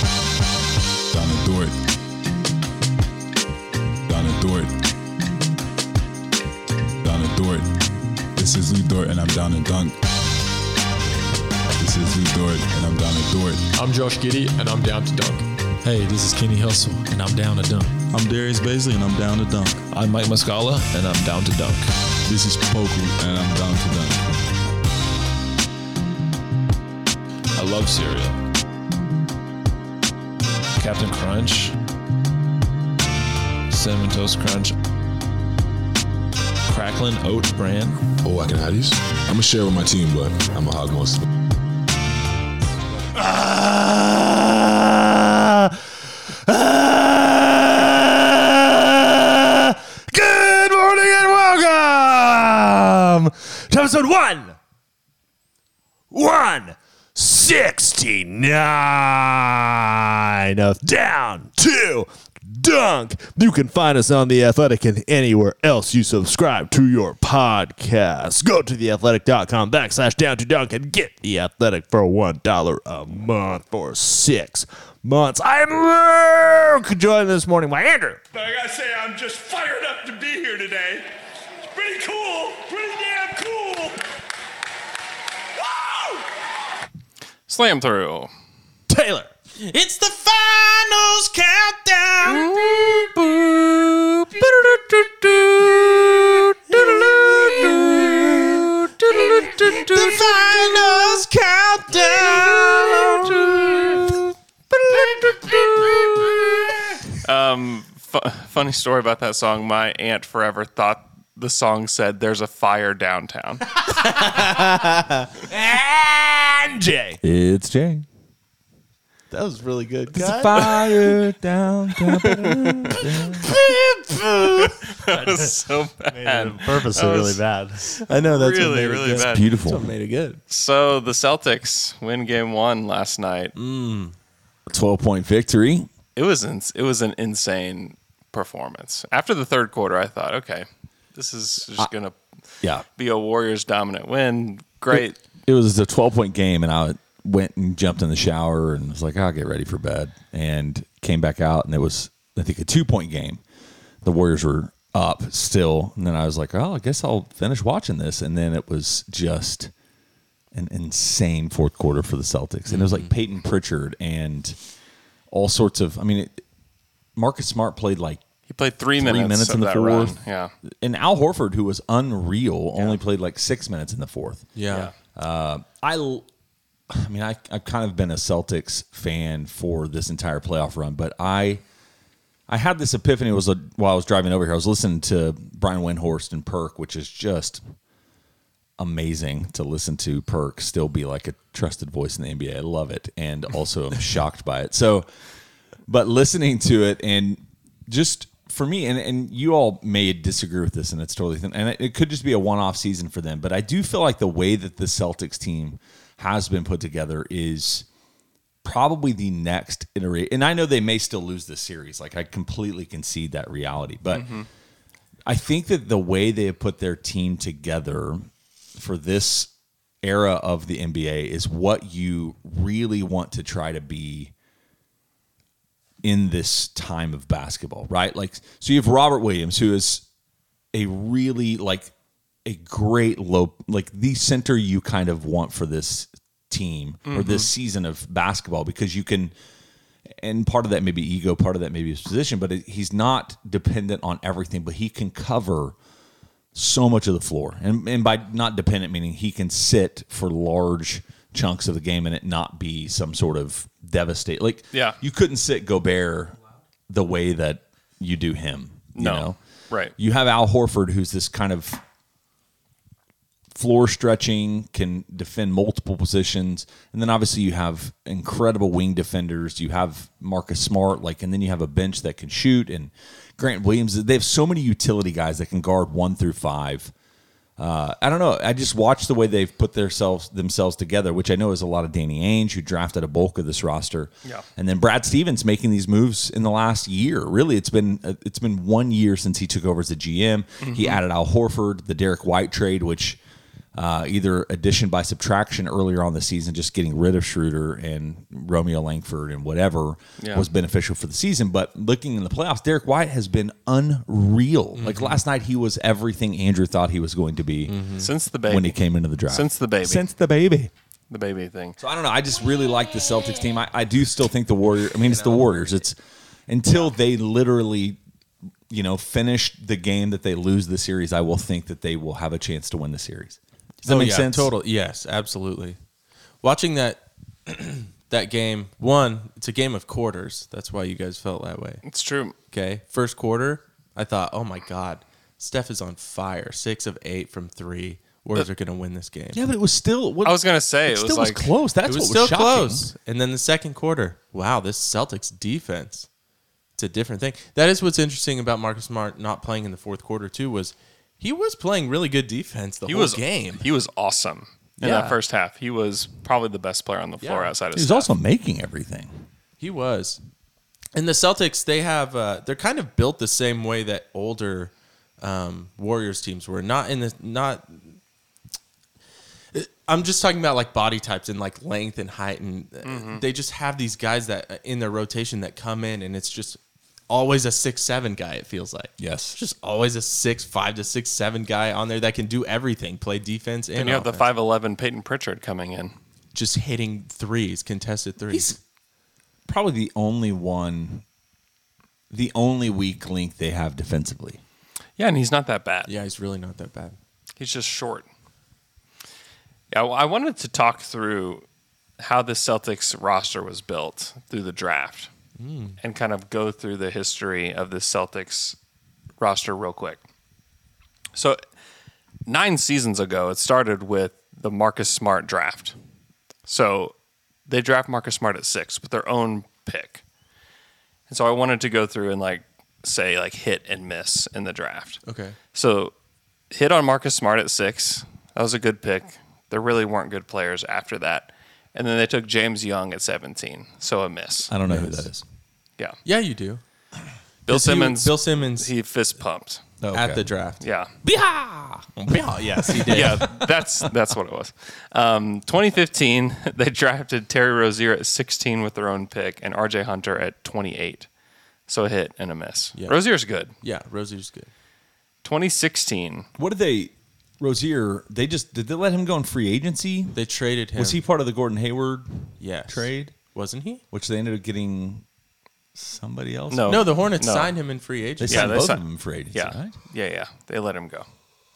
Donna Dort. Donna Dort. Donna Dort. This is Lou Dort and I'm Donna Dunk. This is Lou Dort and I'm Donna Dort. I'm Josh Giddy, and I'm down to dunk. Hey, this is Kenny Hustle, and I'm down to dunk. I'm Darius Baisley and I'm down to dunk. I'm Mike Muscala, and I'm down to dunk. This is Poku and I'm down to dunk. I love cereal. Captain Crunch, Cinnamon Toast Crunch, Cracklin Oat Bran, Oh, I can have these? I'm gonna share with my team, but I'm gonna hog most of them. 아! Good morning and welcome to episode one, one sixty nine of Down to Dunk. You can find us on The Athletic and anywhere else you subscribe to your podcast. Go to theathletic.com backslash down to dunk and get The Athletic for $1 a month for six months. I'm Luke, joined this morning by Andrew. But I gotta say, I'm just fired up to be here today. It's pretty cool, pretty damn cool. Woo! Slam through. Taylor. It's the finals countdown. The finals countdown. Um, fu- funny story about that song. My aunt forever thought the song said "There's a fire downtown." And Jay. It's Jay. That was really good. Fire down. That was so bad. Purposely That was really bad. I know that's Really, really bad. beautiful. Made it good. So the Celtics win Game One last night. Twelve point victory. It was ins it was an insane performance. After the third quarter, I thought, okay, this is just gonna Yeah, be a Warriors dominant win. Great. it was a twelve point game, and I went and jumped in the shower and was like, I'll get ready for bed, and came back out, and it was I think a two point game. The Warriors were up still, and then I was like, oh, I guess I'll finish watching this, and then it was just an insane fourth quarter for the Celtics, and it was like Peyton Pritchard and all sorts of. I mean, it, Marcus Smart played like He played three, three minutes, of in the that fourth. Run. Yeah. And Al Horford, who was unreal, only played like six minutes in the fourth. Uh, Yeah. I, l- I mean, I, I've kind of been a Celtics fan for this entire playoff run, but I, I had this epiphany. It was a, while I was driving over here. I was listening to Brian Windhorst and Perk, which is just amazing to listen to. Perk still be like a trusted voice in the NBA. I love it, and also I'm shocked by it. So, but listening to it and just for me and, and you all may disagree with this and it's totally thin, and it, it could just be a one-off season for them but i do feel like the way that the celtics team has been put together is probably the next iteration and i know they may still lose this series like i completely concede that reality but i think that the way they have put their team together for this era of the nba is what you really want to try to be in this time of basketball, right? Like, so you have Robert Williams, who is a really like a great low, like the center you kind of want for this team or this Mm-hmm. season of basketball because you can. And part of that may be ego, part of that may be his position, but it- he's not dependent on everything, but he can cover so much of the floor. And, and by not dependent, meaning he can sit for large chunks of the game and it not be some sort of devastate. Like, Yeah. you couldn't sit Gobert the way that you do him. You No. Know? Right. You have Al Horford, who's this kind of floor stretching, can defend multiple positions. And then obviously you have incredible wing defenders. You have Marcus Smart, like, and then you have a bench that can shoot and Grant Williams. They have so many utility guys that can guard one through five. Uh, I don't know. I just watched the way they've put themselves themselves together, which I know is a lot of Danny Ainge, who drafted a bulk of this roster, Yeah. and then Brad Stevens making these moves in the last year. Really, it's been uh, it's been one year since he took over as a GM. He Mm-hmm. added Al Horford, the Derek White trade, which uh, either addition by subtraction earlier on the season, just getting rid of Schroeder and Romeo Langford and whatever Yeah. was beneficial for the season. But looking in the playoffs, Derek White has been unreal. Mm-hmm. Like last night, he was everything Andrew thought he was going to be Since the baby. when he came into the draft. Since the baby. Since the baby. the baby thing. So I don't know. I just really like the Celtics team. I, I do still think the Warriors. I mean, it's the Warriors. It's until they literally, you know, finish the game that they lose the series. I will think that they will have a chance to win the series. Does that Oh, make yeah, sense? Total. Yes, absolutely. Watching that that game, one, it's a game of quarters. That's why you guys felt that way. It's true. Okay. First quarter, I thought, oh my God, Steph is on fire. Six of eight from three. Warriors are going to win this game. Yeah, but it was still. What, I was gonna say, it still was was like- close. That's it was what still was shocking. close. And then the second quarter, wow, this Celtics defense. It's a different thing. That is what's interesting about Marcus Smart not playing in the fourth quarter too was he was playing really good defense the He whole was game. He was awesome in Yeah. that first half. He was probably the best player on the floor outside of. He was Steph. also making everything. He was. And the Celtics, they have uh, they're kind of built the same way that older um, Warriors teams were. Not in the not. I'm just talking about like body types and like length and height, and uh, Mm-hmm. they just have these guys that uh, in their rotation that come in, and it's just always a six seven guy. It feels like Yes. just always a six five to six seven guy on there that can do everything, play defense, and, And you have the offense. five eleven Peyton Pritchard coming in. just hitting threes, contested threes. He's probably the only one, the only weak link they have defensively. Yeah, and he's not that bad. yeah, he's really not that bad. He's just short. Yeah, well, I wanted to talk through how the Celtics roster was built through the draft and kind of go through the history of the Celtics roster real quick. So, nine seasons ago, it started with the Marcus Smart draft. So, they draft Marcus Smart at six with their own pick. And so, I wanted to go through and like say, like hit and miss in the draft. Okay. So hit on Marcus Smart at six. That was a good pick. There really weren't good players after that. And then they took James Young at 17. So a miss. I don't know who that is. Yeah. Yeah, you do. Bill 'Cause he- Simmons. Bill Simmons He fist pumped. Oh, at okay. the draft. Yeah. yes, he did. Yeah. that's that's what it was. Um, 2015, they drafted Terry Rozier at 16 with their own pick and RJ Hunter at 28. So a hit and a miss. Yeah. Rozier's good. Yeah, Rosier's good. 2016, What did they, Rozier? They just did they let him go in free agency? They traded him. Was he part of the Gordon Hayward Yes. trade, Wasn't he? which they ended up getting somebody else? No. Oh, no, the Hornets no. signed him in free they agency. Yeah, signed they both signed- of them in free agency. yeah, right? yeah, yeah. They let him go.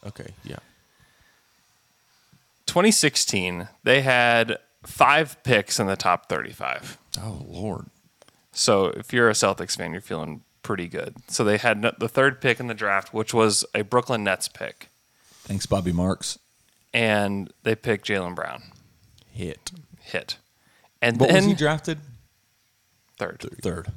Okay. Yeah. 2016, they had five picks in the top 35. Oh Lord, So if you're a Celtics fan, you're feeling pretty good. So they had no- the third pick in the draft, which was a Brooklyn Nets pick, thanks Bobby Marks. and they picked Jalen Brown. Hit. Hit. And What then was he drafted? third. Third.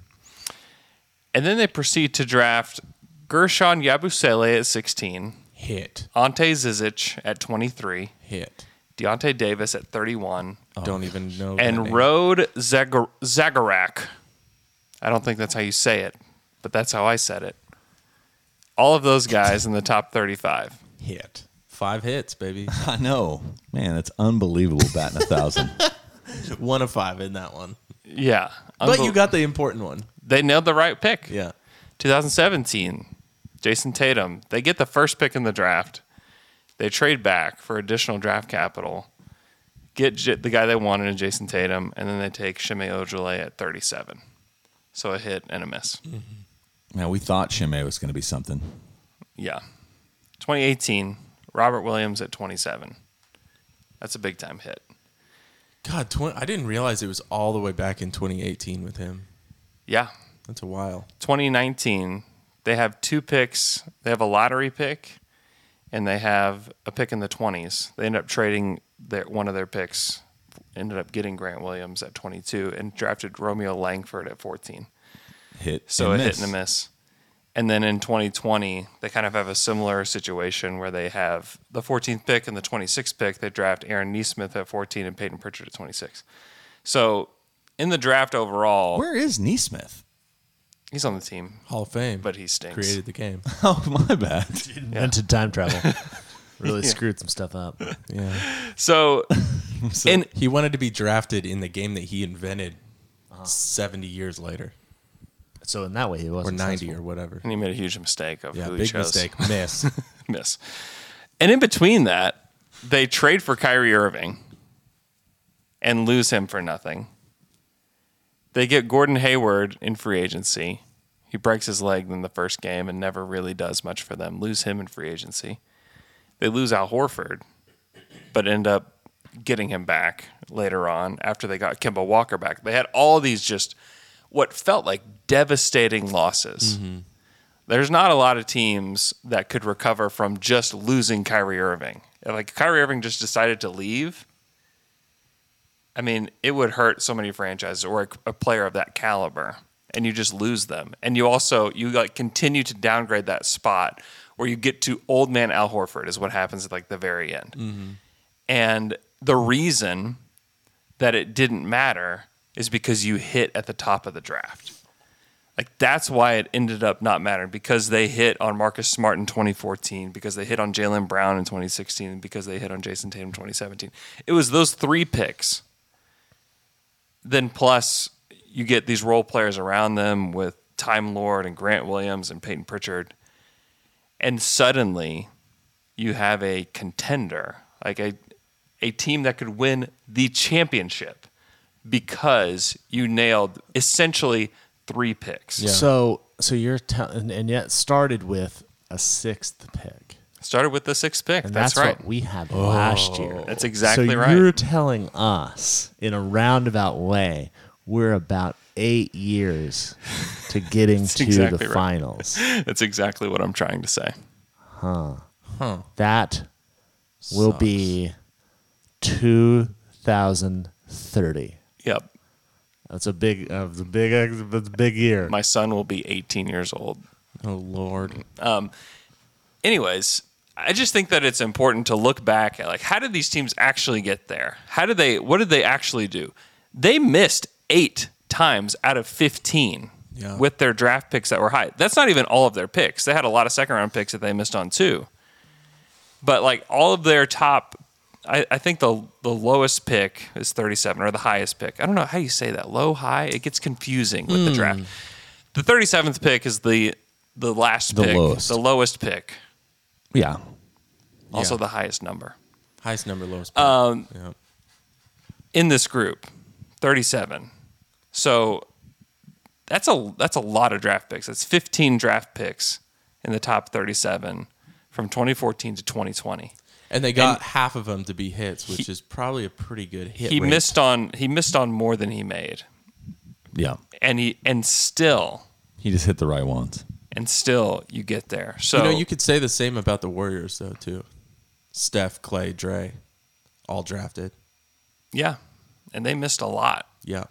And then they proceed to draft Gershon Yabusele at 16, Hit. Ante Zizic at 23, Hit. Deontay Davis at 31, Don't even know. that and name. Rode Zagar- Zagorak. I don't think that's how you say it, but that's how I said it. All of those guys in the top 35. hit. Five hits, baby. I know, man. That's unbelievable. Batting a thousand. one of five in that one. Yeah. But Unbel- you got the important one. they nailed the right pick. Yeah. 2017, Jason Tatum. They get the first pick in the draft. They trade back for additional draft capital, get J- the guy they wanted in Jason Tatum, and then they take Shimei Ojale at 37. So a hit and a miss. now we thought Shimei was going to be something. Yeah. 2018, Robert Williams at 27. That's a big time hit. God, twen- I didn't realize it was all the way back in 2018 with him. Yeah. That's a while. 2019, they have two picks. They have a lottery pick and they have a pick in the 20s. They end up trading their, one of their picks, ended up getting Grant Williams at 22 and drafted Romeo Langford at 14. Hit So and a miss. hit and a miss. And then in 2020, they kind of have a similar situation where they have the 14th pick and the 26th pick. They draft Aaron Neesmith at 14 and Peyton Pritchard at 26. So in the draft overall, Where is Neesmith? he's on the team, Hall of Fame. but he stinks. Created the game. Oh, my bad. Invented time travel. Really Yeah. screwed some stuff up. Yeah. So, and he wanted to be drafted in the game that he invented 70 years later. So in that way, he was Or 90 or whatever. And he made a huge mistake of Yeah, who he big chose. mistake. Miss. miss. And in between that, they trade for Kyrie Irving and lose him for nothing. They get Gordon Hayward in free agency. He breaks his leg in the first game and never really does much for them. Lose him in free agency. They lose Al Horford, but end up getting him back later on after they got Kemba Walker back. They had all these just what felt like devastating losses there's not a lot of teams that could recover from just losing Kyrie Irving. Like if Kyrie Irving just decided to leave. I mean, it would hurt so many franchises or a, a player of that caliber, and you just lose them. And you also you like continue to downgrade that spot where you get to old man Al Horford is what happens at like the very end. And the reason that it didn't matter is because you hit at the top of the draft. Like that's why it ended up not mattering because they hit on Marcus Smart in 2014, because they hit on Jalen Brown in 2016, because they hit on Jason Tatum in 2017. It was those three picks. Then plus you get these role players around them with Time Lord and Grant Williams and Peyton Pritchard, and suddenly you have a contender, like a a team that could win the championship because you nailed essentially three picks. So so you're tell and, and yet started with a sixth pick. Started with the sixth pick. And That's, that's, right. what we had last year. That's exactly so right. You're telling us in a roundabout way we're about eight years to getting That's to exactly the right. finals. That's exactly what I'm trying to say. Huh. Huh. That will be 2030. Yep. That's a big, uh, the big, uh, the big year. My son will be 18 years old. Oh Lord. Um. Anyways, I just think that it's important to look back at like how did these teams actually get there? How did they? What did they actually do? They missed eight times out of 15 Yeah. with their draft picks that were high. That's not even all of their picks. They had a lot of second round picks that they missed on too. But like all of their top, I, I think the the lowest pick is 37 or the highest pick. I don't know how you say that. Low, high. It gets confusing with the Hmm. draft. The 37th pick is the the last The pick, lowest. the lowest pick, Yeah. also Yeah. the highest number Highest number, lowest. point. Um, yeah. in this group, 37. So that's a that's a lot of draft picks. That's 15 draft picks in the top 37 from 2014 to 2020. And they got half of them to be hits, which is probably a pretty good hit. he rate. missed on he missed on more than he made, Yeah. and he and still He just hit the right ones. and still you get there. So you know, you could say the same about the Warriors though too. Steph, Clay, Dre, all drafted. yeah, and they missed a lot Yeah.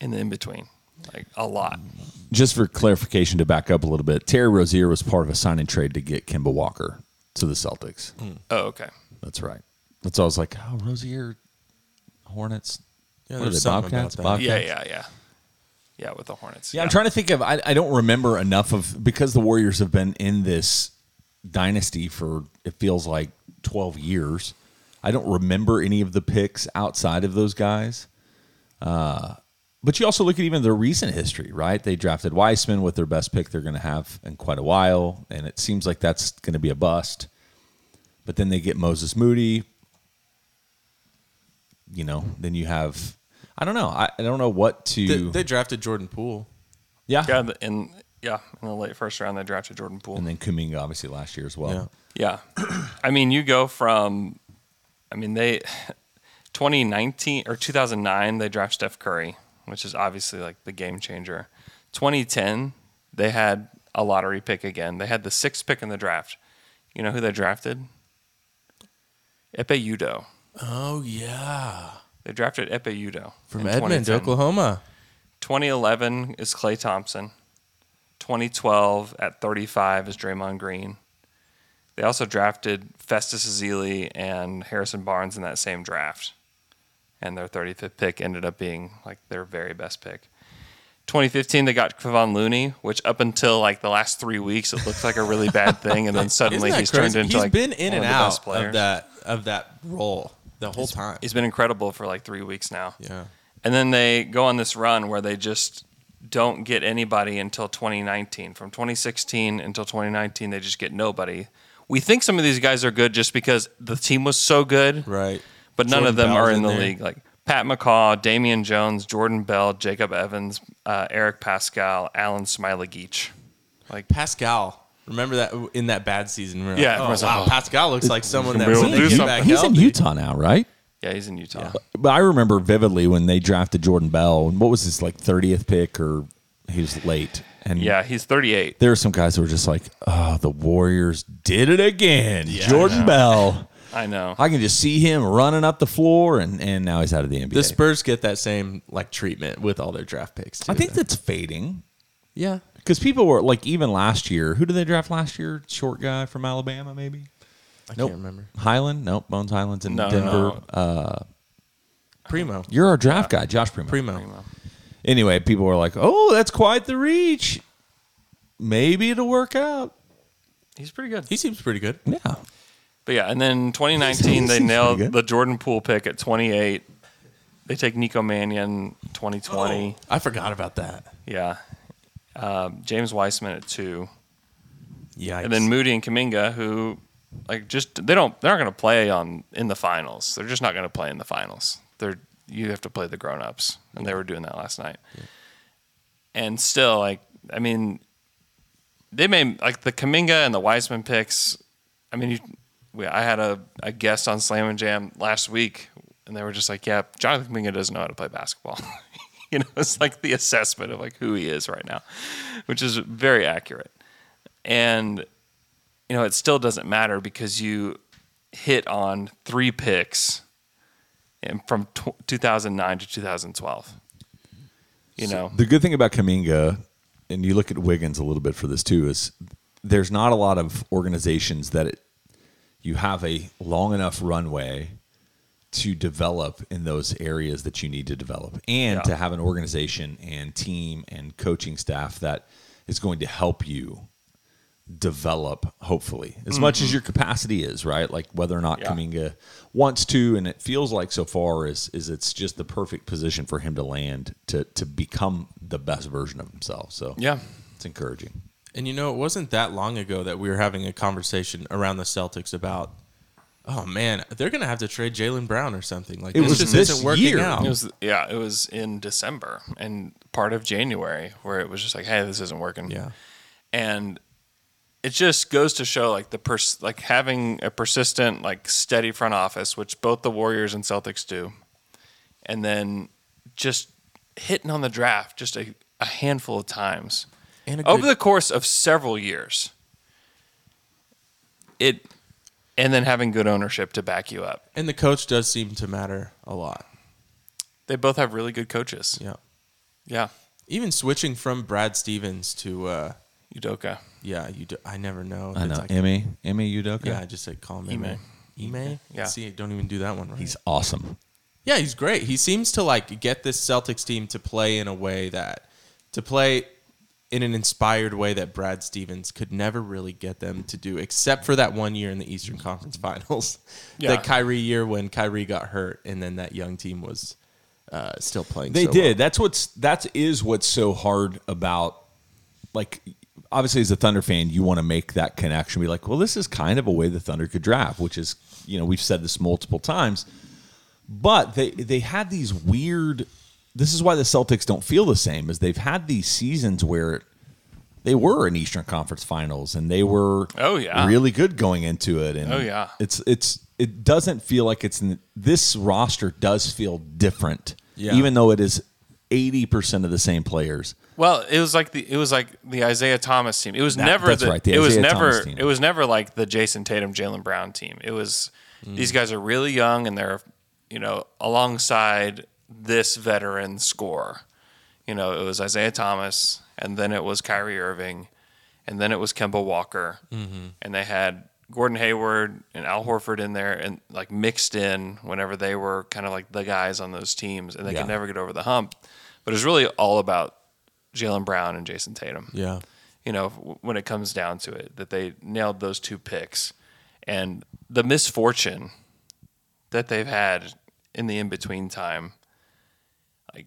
in the in between, like a lot. Just for clarification to back up a little bit, Terry Rozier was part of a sign and trade to get Kimba Walker to the Celtics. Oh, okay. That's right. That's why I was like, oh, Rozier, Hornets. Yeah, What are there's they, something Bobcats? about that. Yeah, yeah, yeah, yeah. With the Hornets. Yeah, I'm trying to think of. I, I don't remember enough of because the Warriors have been in this dynasty for it feels like 12 years. I don't remember any of the picks outside of those guys. Uh, but you also look at even their recent history, right? They drafted Weissman with their best pick they're going to have in quite a while, and it seems like that's going to be a bust. But then they get Moses Moody. You know, then you have. I don't know. I, I don't know what to. They, they drafted Jordan Poole. yeah. Yeah, the- in yeah, in the late first round they drafted Jordan Poole. and then Kuminga obviously last year as well. Yeah. yeah. I mean, you go from I mean, they 2019 or 2009 they draft Steph Curry, which is obviously like the game changer. 2010, they had a lottery pick again. They had the sixth pick in the draft. You know who they drafted? Epe Udo. Oh yeah. They drafted Epe Udo From in Edmond, 2010. Oklahoma. 2011 is Clay Thompson. 2012 at 35 is Draymond Green. They also drafted Festus Ezeli and Harrison Barnes in that same draft. And their 35th pick ended up being like their very best pick. 2015, they got Kevon Looney, which up until like the last three weeks, it looked like a really bad thing. And then suddenly Isn't that he's crazy? turned into He's like been in one and of the out best of players. that of that role the whole time. He's been incredible for like three weeks now. Yeah. And then they go on this run where they just don't get anybody until 2019. From 2016 until 2019, they just get nobody. We think some of these guys are good just because the team was so good. Right. But none Jordan of them Bell's are in, in the there. league. Like Pat McCaw, Damian Jones, Jordan Bell, Jacob Evans, uh, Eric Pascal, Alan Smiley Geach. Like Pascal. Remember that in that bad season? Remember? Yeah, Oh, everyone's like, wow. oh, Pascal looks like someone that we'll when they do get something. back He's in healthy- Utah now, right? Yeah, he's in Utah. But I remember vividly when they drafted Jordan Bell. and What was his like thirtieth pick, or he was late? And Yeah, he's 38. there were some guys who were just like, "Oh, the Warriors did it again." Jordan Bell. I know. I can just see him running up the floor, and and now he's out of the NBA. The Spurs get that same like treatment with all their draft picks. Too, I think that's fading yeah. because people were like, even last year, who did they draft last year? Short guy from Alabama, maybe. I Nope. can't remember. Highland, nope. Bones Highland's in No, Denver. no. Uh, Primo. You're our draft guy, Josh Primo. Primo. Anyway, people were like, "Oh, that's quite the reach. Maybe it'll work out." He's pretty good. He seems pretty good. Yeah. But yeah, and then 2019 they Seems nailed pretty good. the Jordan Poole pick at 28. They take Nico Mannion 2020. I forgot about that. Yeah, Um James Weissman at two, Yeah. and then Moody and Kaminga, who like just they don't they're not going to play on in the finals. They're just not going to play in the finals. They're you have to play the grown ups, and they were doing that last night. And still, like I mean, they made like the Kaminga and the Wiseman picks. I mean, you, we, I had a, a guest on Slam and Jam last week, and they were just like, "Yeah, Jonathan Kaminga doesn't know how to play basketball." you know, it's like the assessment of like who he is right now, which is very accurate. And you know, it still doesn't matter because you hit on three picks, and from tw 2009 to 2012. You know, The good thing about Kaminga, and you look at Wiggins a little bit for this too, is there's not a lot of organizations that it, you have a long enough runway to develop in those areas that you need to develop and Yeah. to have an organization and team and coaching staff that is going to help you develop hopefully as much as Mhm. your capacity is right like whether or not Yeah. Kaminga wants to and it feels like so far is is it's just the perfect position for him to land to to become the best version of himself so Yeah. it's encouraging And you know, it wasn't that long ago that we were having a conversation around the Celtics about, oh man, they're gonna have to trade Jalen Brown or something. Like It this was just this isn't working year. out. It was yeah, it was in December and part of January where it was just like, hey, this isn't working. Yeah. and it just goes to show like the pers- like having a persistent, like steady front office, which both the Warriors and Celtics do, and then just hitting on the draft just a, a handful of times And a over good- the course of several years. It and then having good ownership to back you up. and the coach does seem to matter a lot. They both have really good coaches. Yeah. Yeah. Even switching from Brad Stevens to uh Udoka. yeah, you do, I never know. if i it's know like- emmy emmy udoka Yeah, I just said call him Ime. Ime. Ime? Yeah. See, I don't even do that one right. he's awesome Yeah, he's great. He seems to like get this Celtics team to play in a way that to play in an inspired way that Brad Stevens could never really get them to do, except for that one year in the Eastern Conference Finals, Yeah. that Kyrie year when Kyrie got hurt, and then that young team was uh, still playing. They so did. That's what's that is what's so hard about like obviously as a Thunder fan, you want to make that connection. Be like, well, this is kind of a way the Thunder could draft, which is you know we've said this multiple times, but they they had these weird. This is why the Celtics don't feel the same as they've had these seasons where they were in Eastern Conference Finals and they were Oh, yeah. really good going into it and Oh, yeah. it's it's it doesn't feel like it's in, this roster does feel different Yeah. even though it is eighty percent of the same players. Well, it was like the it was like the Isaiah Thomas team. It was That- never that's the, right, the it was Isaiah never Thomas team. it was never like the Jason Tatum Jalen Brown team. It was these guys are really young and they're you know alongside this veteran score. You know, it was Isaiah Thomas and then it was Kyrie Irving and then it was Kemba Walker Mhm. and they had Gordon Hayward and Al Horford in there and like mixed in whenever they were kind of like the guys on those teams and they Yeah. could never get over the hump. But it's really all about Jalen Brown and Jason Tatum. Yeah. You know, w- when it comes down to it, that they nailed those two picks and the misfortune that they've had in the in between time. Like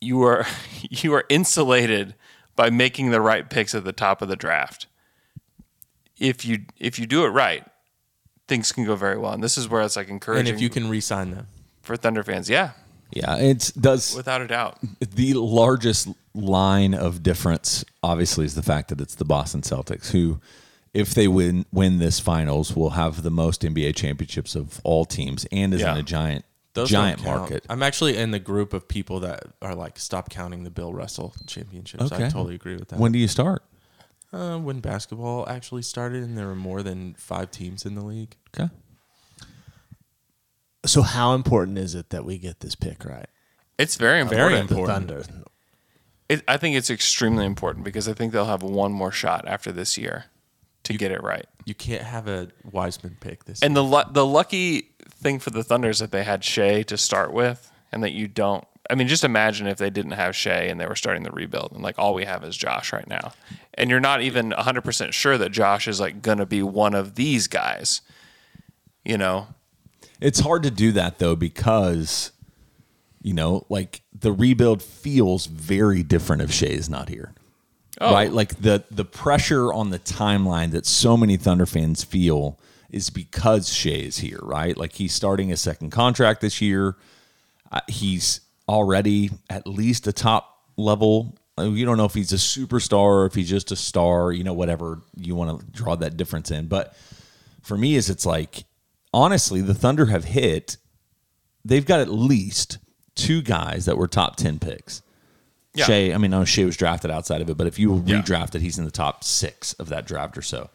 you are you are insulated by making the right picks at the top of the draft. If you if you do it right, things can go very well. And this is where it's like encouraging And if you can re-sign them for Thunder fans, yeah, Yeah, it does without a doubt. the largest line of difference obviously is the fact that it's the Boston Celtics who if they win win this finals will have the most NBA championships of all teams and is in Yeah. a giant Those giant don't count. market. I'm actually in the group of people that are like, stop counting the Bill Russell championships. I totally agree with that. When do you start? Uh, when basketball actually started, and there were more than five teams in the league. Okay. So how important is it that we get this pick right? It's very important. The Thunder. It, I think it's extremely important because I think they'll have one more shot after this year to get it right. You can't have a Wiseman pick this. And the lu- the lucky thing for the Thunder is that they had Shea to start with, and that you don't. I mean, just imagine if they didn't have Shea and they were starting the rebuild, and like all we have is Josh right now, and you're not even 100 percent sure that Josh is like gonna be one of these guys. You know, It's hard to do that though because you know, like the rebuild feels very different if Shea is not here. Oh. Right? Like the the pressure on the timeline that so many Thunder fans feel is because Shea is here, right? Like he's starting his second contract this year. Uh, he's already at least a top level. Uh, You don't know if he's a superstar or if he's just a star, you know, whatever you want to draw that difference in. But for me is it's like honestly, the Thunder have hit they've got at least two guys that were top 10 picks. Yeah. Shea, I mean, I know Shea was drafted outside of it, but if you redraft it, he's in the top six of that draft or so.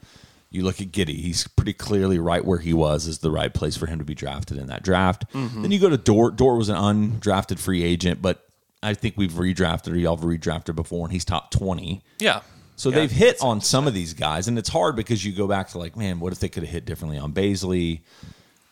You look at Giddy, he's pretty clearly right where he was is the right place for him to be drafted in that draft. Mhm. Then you go to Dort. Dort was an undrafted free agent, but I think we've redrafted or y'all have redrafted before, and he's top 20. Yeah. So Yeah. they've hit on some of these guys, and it's hard because you go back to like, man, what if they could have hit differently on Baisley?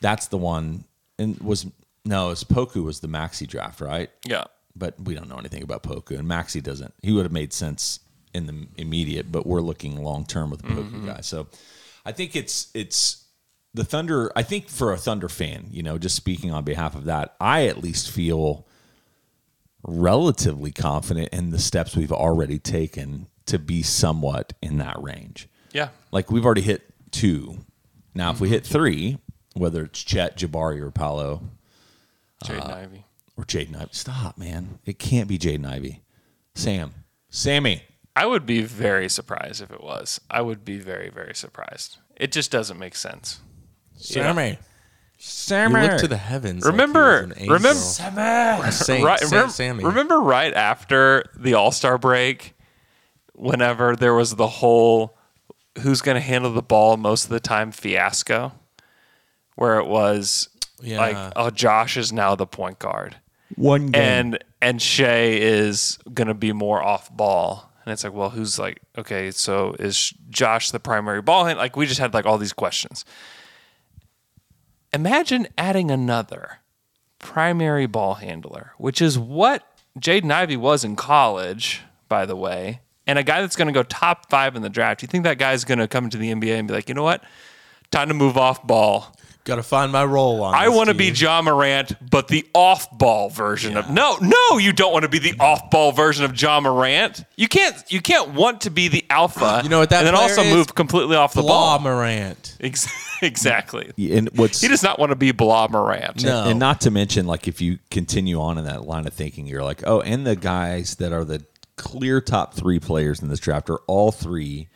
That's the one, and was no, it was Poku was the maxi draft, right? Yeah, but we don't know anything about Poku, and maxi doesn't. He would have made sense in the immediate, but we're looking long term with the Poku Mhm. guy. So I think it's it's the Thunder. I think for a Thunder fan, you know, just speaking on behalf of that, I at least feel relatively confident in the steps we've already taken to be somewhat in that range. Yeah. Like we've already hit two. Now, if we hit three, whether it's Chet, Jabari, or Paolo, Jaden uh, Ivey. or Jaden Ivey. Stop, man. It can't be Jaden Ivey. Sam. Sammy. I would be very surprised if it was. I would be very very surprised. It just doesn't make sense. You know? Sammy. Sammy. You look to the heavens. like he Remember, was an angel. remember, A saint, right, Saint remember, Sammy. remember right after the All Star break, whenever there was the whole "who's going to handle the ball most of the time" fiasco, where it was Yeah. like, "Oh, Josh is now the point guard," One game. and and Shea is going to be more off ball, and it's like, well, who's like, okay, so is Josh the primary ball hand? Like, we just had like all these questions. Imagine adding another primary ball handler, which is what Jaden Ivey was in college, by the way, and a guy that's going to go top five in the draft. You think that guy's going to come into the NBA and be like, you know what? Time to move off ball. Got to find my role on. I want to be John Morant, but the off ball version of no, no, you don't want to be the off ball version of John Morant. You can't, you can't want to be the alpha. You know what that and then player also is? move completely off the Blah ball. Morant. Ex- exactly. And what's He does not want to be Blah Morant. And not to mention, like, if you continue on in that line of thinking, you're like, oh, and the guys that are the clear top three players in this draft are all three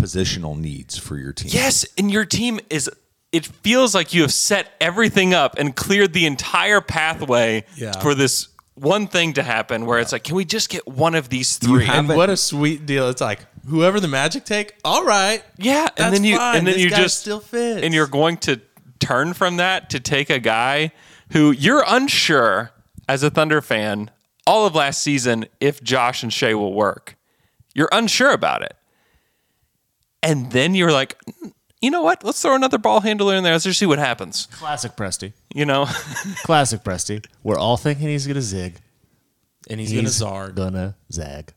positional needs for your team. Yes, and your team is. It feels like you have set everything up and cleared the entire pathway Yeah. for this one thing to happen where it's like, can we just get one of these three? and what a sweet deal! It's like whoever the Magic take, all right, yeah, that's and then you fine. and then This you guy just still fits. and you're going to turn from that to take a guy who you're unsure as a Thunder fan all of last season if Josh and Shea will work. You're unsure about it, and then you're like, "Mm, you know what? Let's throw another ball handler in there. Let's just see what happens. Classic Presty. You know, Classic Presty. We're all thinking he's gonna zig, and he's gonna zarg. gonna zag.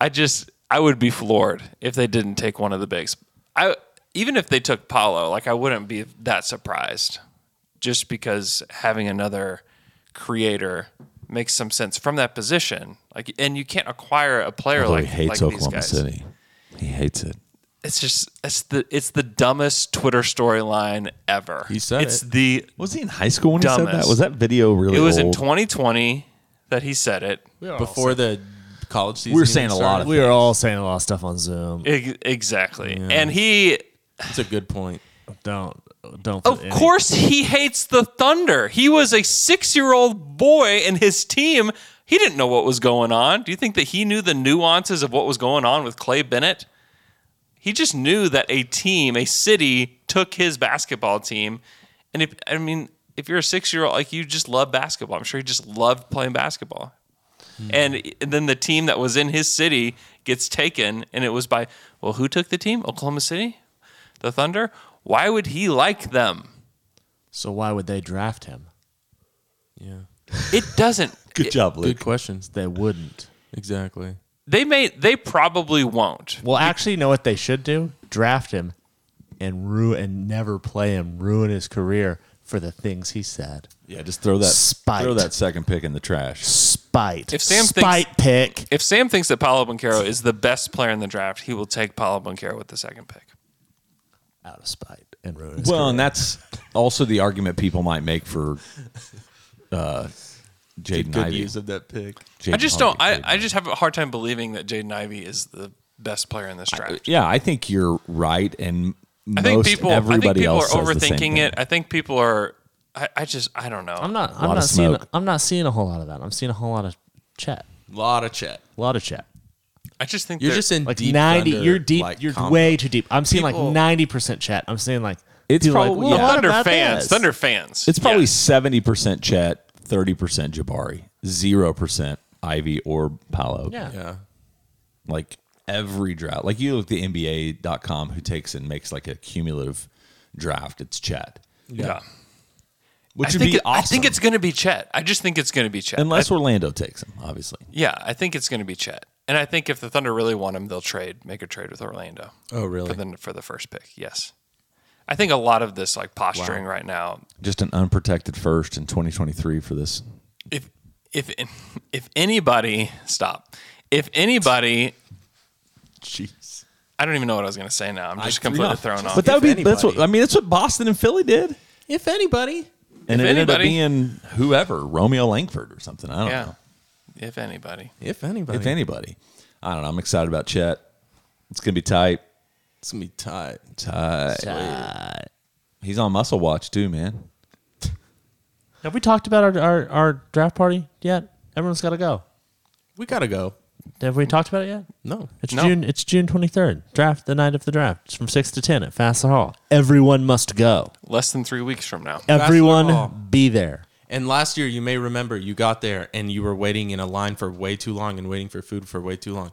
I just I would be floored if they didn't take one of the bigs. I even if they took Paulo, like I wouldn't be that surprised. Just because having another creator makes some sense from that position. Like and you can't acquire a player Although like, he hates like these Oklahoma guys. City. He hates it. It's just it's the it's the dumbest Twitter storyline ever. He said it's it. the Was he in high school when he said that? Dumbest. Was that video really it was in old? 2020 that he said it before the college season. We're saying a lot of We are all saying a lot of stuff on Zoom. Ex- exactly. And he That's a good point. Don't don't. put Of any- course, he hates the Thunder. He was a six year old boy, and his team, he didn't know what was going on. Do you think that he knew the nuances of what was going on with Clay Bennett? He just knew that a team, a city, took his basketball team. And if, I mean, if you're a six year old, like you just love basketball. I'm sure he just loved playing basketball. And, and then the team that was in his city gets taken, and it was by, well, who took the team? Oklahoma City? The Thunder? Why would he like them? So why would they draft him? Yeah. It doesn't. Good it- job, Good Luke. questions. They wouldn't. Exactly. They may. They probably won't. Well, actually, you know what they should do? Draft him and ruin and never play him, ruin his career for the things he said. Yeah, just throw that Spite. throw that second pick in the trash. Spite. If Sam thinks- Spite pick. If Sam thinks that Paolo Bunkero is the best player in the draft, he will take Paolo Bunkero with the second pick. Out of spite and ruin his Well, career. and that's also the argument people might make for uh, Jaden Good Ivey. use of that pick. I Jaden just don't. Ivey, I, I just have a hard time believing that Jaden Ivey is the best player in this draft. Yeah, I think you're right, and I think most people. I everybody think people are else says the same overthinking thing. it. I think people are. I, I just. I don't know. I'm not. lot I'm of not seeing. smoke. I'm not seeing a whole lot of that. I'm seeing a whole lot of chat. Lot of chat. A lot of chat. I just think You're they're- just in Like deep ninety. Thunder, you're deep. like, you're combo. way too deep. I'm seeing People- like ninety percent chat. I'm seeing like It's people are probably- like, yeah. well, what Thunder about fans. this? Thunder fans. It's probably Yeah. seventy percent Chet, thirty percent Jabari, zero percent Ivy or Paolo. Yeah. Yeah. like every draft. Like you look at the NBA.com who takes and makes like a cumulative draft. It's Chet, yeah. which I would think, be it- I awesome. think it's going to be Chet. I just think it's going to be Chet. unless Orlando takes him, obviously. Yeah, I think it's going to be Chet. And I think if the Thunder really want him, they'll trade, make a trade with Orlando. Oh, really? For the, for the first pick, yes. I think a lot of this like posturing right now. Just an unprotected first in 2023 for this. If if if anybody stop, if anybody, Jeez, I don't even know what I was going to say now. I'm just completely thrown off. But that would be that's what I mean. That's what Boston and Philly did, If anybody, and it ended up anybody- being whoever Romeo Langford or something. I don't yeah. know. If anybody, if anybody, if anybody. I don't know. I'm excited about Chet. It's gonna be tight. it's gonna be tight. Tight. He's on muscle watch too, man. Have we talked about our, our our draft party yet? Everyone's got to go. We gotta go. Have we talked about it yet? No, It's No. June. It's June twenty third. Draft the night of the draft. It's from six to ten at Fassler Hall. Everyone must go. less than three weeks from now. Everyone Hall. be there. And last year, you may remember, you got there and you were waiting in a line for way too long and waiting for food for way too long.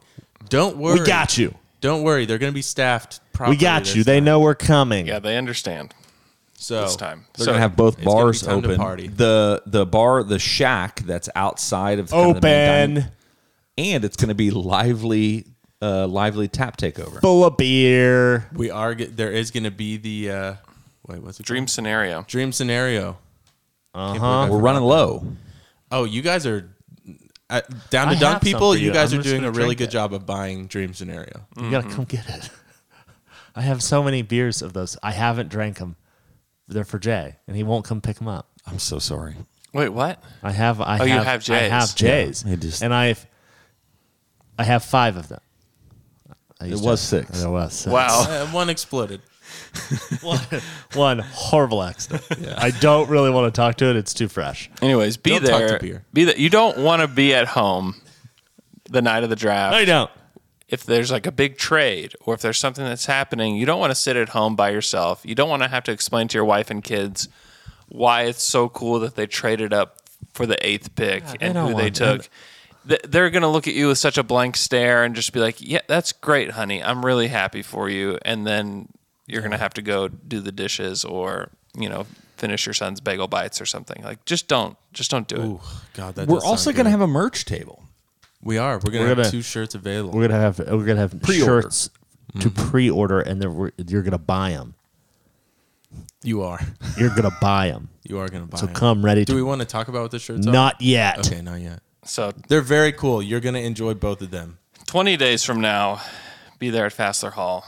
Don't worry. We got you. Don't worry. They're going to be staffed properly. We got this you. They time. know we're coming. Yeah, they understand. so this time. They're So- gonna have both it's gonna be bars time to open. party. The the bar, the shack that's outside of kind of the main Open. dining- and it's gonna be lively, uh, lively tap takeover. Full of beer. we are. Get, there is going to be the uh, wait. What's it? Dream called? scenario. Dream scenario. Uh We're running low. Oh, you guys are uh, down I to have dunk some people. for You you. guys I'm are just doing a gonna really drink good it. job of buying Dream scenario. You gotta come get it. I have so many beers of those. I haven't drank them. They're for Jay, and he won't come pick them up. I'm so sorry. Wait, what? I have. I Oh, have, you have Jays. I have Jays, Yeah, it just- and I've. I have five of them. I used was to- six. There was six. Wow. Uh, one exploded. one, one horrible accident. I don't really want to talk to it. It's too fresh. Anyways, be Don't talk there. to beer. Be that you don't want to be at home the night of the draft. No, you don't. If there's like a big trade or if there's something that's happening, you don't want to sit at home by yourself. You don't want to have to explain to your wife and kids why it's so cool that they traded up for the eighth pick they and don't who they want- took. Th- They're going to look at you with such a blank stare and just be like, "Yeah, that's great, honey. I'm really happy for you." And then you're going to have to go do the dishes or, you know, finish your son's bagel bites or something. Like just don't just don't do it. God, that We're also going to have a merch table. We are. We're gonna We're have gonna- two shirts available. We're gonna have we're gonna have Pre-order. shirts to Mm-hmm. pre-order, and then we're, you're gonna buy them. You are. You're gonna buy them. You are gonna buy. So 'em. come ready. Do to we want to talk about what the shirts? Not are? yet. Okay, not yet. So they're very cool. You're gonna enjoy both of them. 20 days from now, be there at Fassler Hall.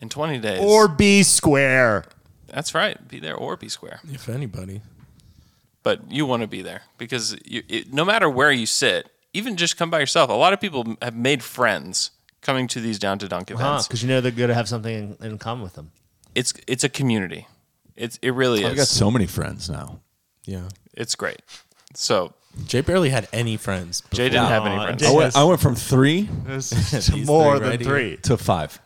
In 20 days. or be square. That's right. Be there or be square. If anybody. But you want to be there because you, it, no matter where you sit, even just come by yourself. A lot of people have made friends coming to these down to dunk Because events. you know they're gonna have something in, in common with them. It's it's a community. It's it really I've is. got so many friends now. Yeah. It's great. So Jay barely had any friends. Jay didn't have any friends. I went, I went from three These three more than right here. three. to five.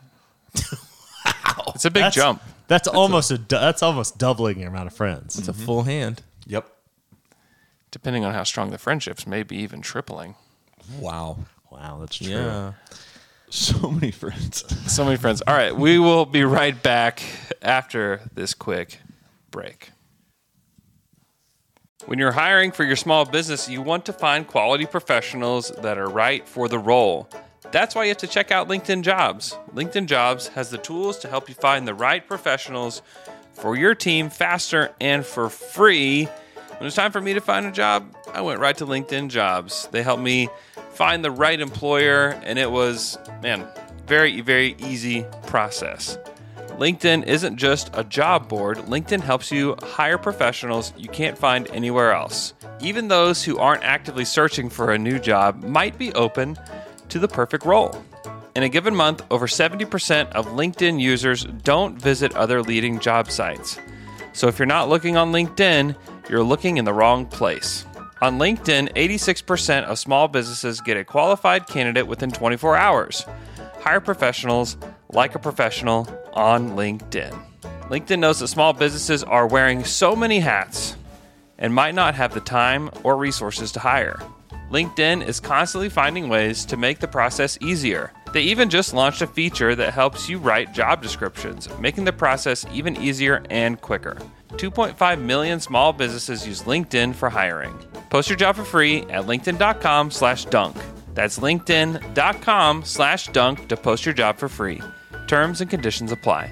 It's a big That's- jump. That's, almost a, du- that's almost doubling your amount of friends. It's a full hand. Yep. Depending on how strong the friendships, maybe even tripling. Wow. Wow, that's true. Yeah. So many friends. So many friends. All right, we will be right back after this quick break. When you're hiring for your small business, you want to find quality professionals that are right for the role. That's why you have to check out LinkedIn Jobs. LinkedIn Jobs has the tools to help you find the right professionals for your team faster and for free. When it was time for me to find a job, I went right to LinkedIn Jobs. They helped me find the right employer, and it was, man, very, very easy process. LinkedIn isn't just a job board, LinkedIn helps you hire professionals you can't find anywhere else. Even those who aren't actively searching for a new job might be open to the perfect role. In a given month, over 70% of LinkedIn users don't visit other leading job sites. So if you're not looking on LinkedIn, you're looking in the wrong place. On LinkedIn, 86% of small businesses get a qualified candidate within 24 hours. Hire professionals like a professional on LinkedIn. LinkedIn knows that small businesses are wearing so many hats and might not have the time or resources to hire. LinkedIn is constantly finding ways to make the process easier. They even just launched a feature that helps you write job descriptions, making the process even easier and quicker. 2.5 million small businesses use LinkedIn for hiring. Post your job for free at linkedin.com slash dunk. That's linkedin.com slash dunk to post your job for free. Terms and conditions apply.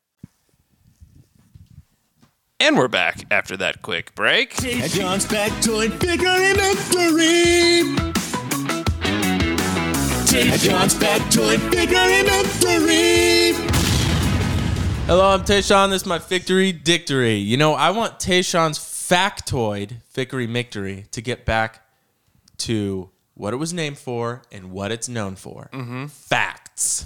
And we're back after that quick break. St. John's back toy bigger in victory. St. John's back toy bigger in victory. Hello, I'm Tayshawn. This is my Victory Dictory. You know, I want Tayshawn's factoid, Vickery Mictory, to get back to what it was named for and what it's known for. Mhm. Facts.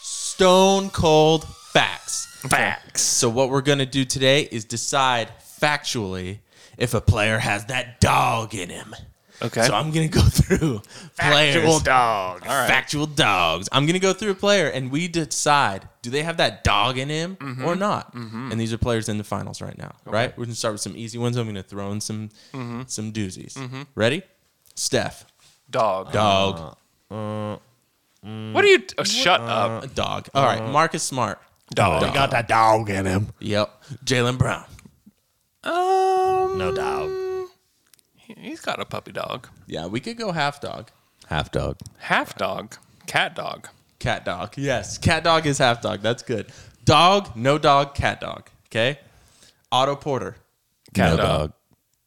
Stone cold facts. Facts. So what we're gonna do today is decide factually if a player has that dog in him. Okay. So I'm gonna go through players. Factual dog. All right. Factual dogs. I'm gonna go through a player and we decide do they have that dog in him Mhm. or not. Mhm. And these are players in the finals right now. Okay. Right. We're gonna start with some easy ones. I'm gonna throw in some Mhm. some doozies. Mhm. Ready? Steph. Dog. Dog. What are you? oh, shut up. A dog. All right. Marcus Smart. Dog. Got that dog in him. Yep. Jalen Brown. Um, No dog. He's got a puppy dog. Yeah, we could go half dog. Half dog. Half dog. Cat dog. Cat dog. Yes. Cat dog is half dog. That's good. Dog, no dog, cat dog. Okay. Otto Porter. Cat No dog. dog.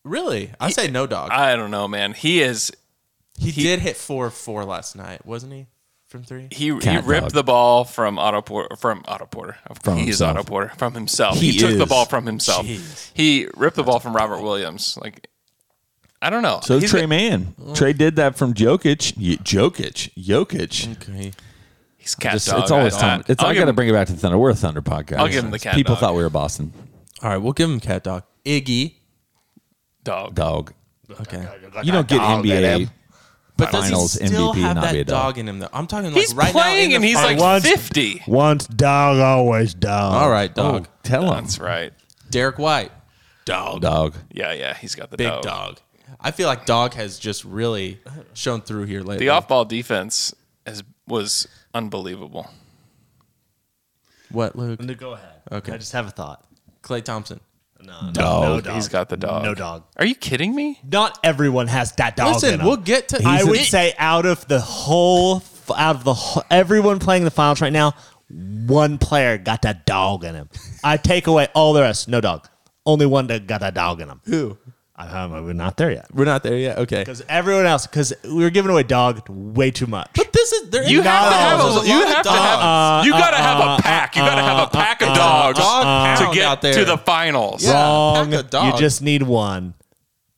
Really? I say no dog. I don't know, man. He is. He, did hit four of four last night, wasn't he? From three? He, he Cat ripped dog. the ball from Otto Porter. From Otto Porter. From he himself. is Otto Porter. From himself. He He, took the is. ball from himself. Jeez. He ripped the ball from Robert Williams. Like, I don't know. So He's Mm. is Trey got- Mann. Trey did that from Jokic. Y- Jokic. Jokic. Okay. He's cat Just- dog. It's always I- time. It's I'll I give got to him- bring it back to the Thunder. We're a Thunder podcast. I'll give him the cat People dog. thought we were Boston. All right, we'll give him cat dog. Iggy. Dog. Dog. Okay. You don't get Dog in NBA him. But does he finals still MVP have and not that be a dog. dog in him though? I'm talking like He's right playing now and in the he's like finals. fifty. Once dog, always dog. All right, dog. tell him. That's right. Derek White. Dog. Dog. Yeah, yeah. He's got the Big dog. dog. I feel like dog has just really shown through here lately. The off-ball defense has, was unbelievable. what, Luke? No, go ahead. Okay. I just have a thought. Clay Thompson. No, Dog. He's got the dog. No dog. Are you kidding me? Not everyone has that dog. Listen, in 'em. we'll get to- I He's would a- say out of the whole, out of the whole, everyone playing the finals right now, one player got that dog in him. I take away all the rest. No dog. Only one that got that dog in him. Who? I, I'm- we're not there yet. We're not there yet. Okay. Because everyone else, because we were giving away dog way too much. But this is there. You is have to have dogs. a, There's you lot of have to dogs. have you gotta have a pack. You gotta have a pack of dogs dog to pound get out there. to the finals. Yeah, Wrong. pack of dogs. You just need one,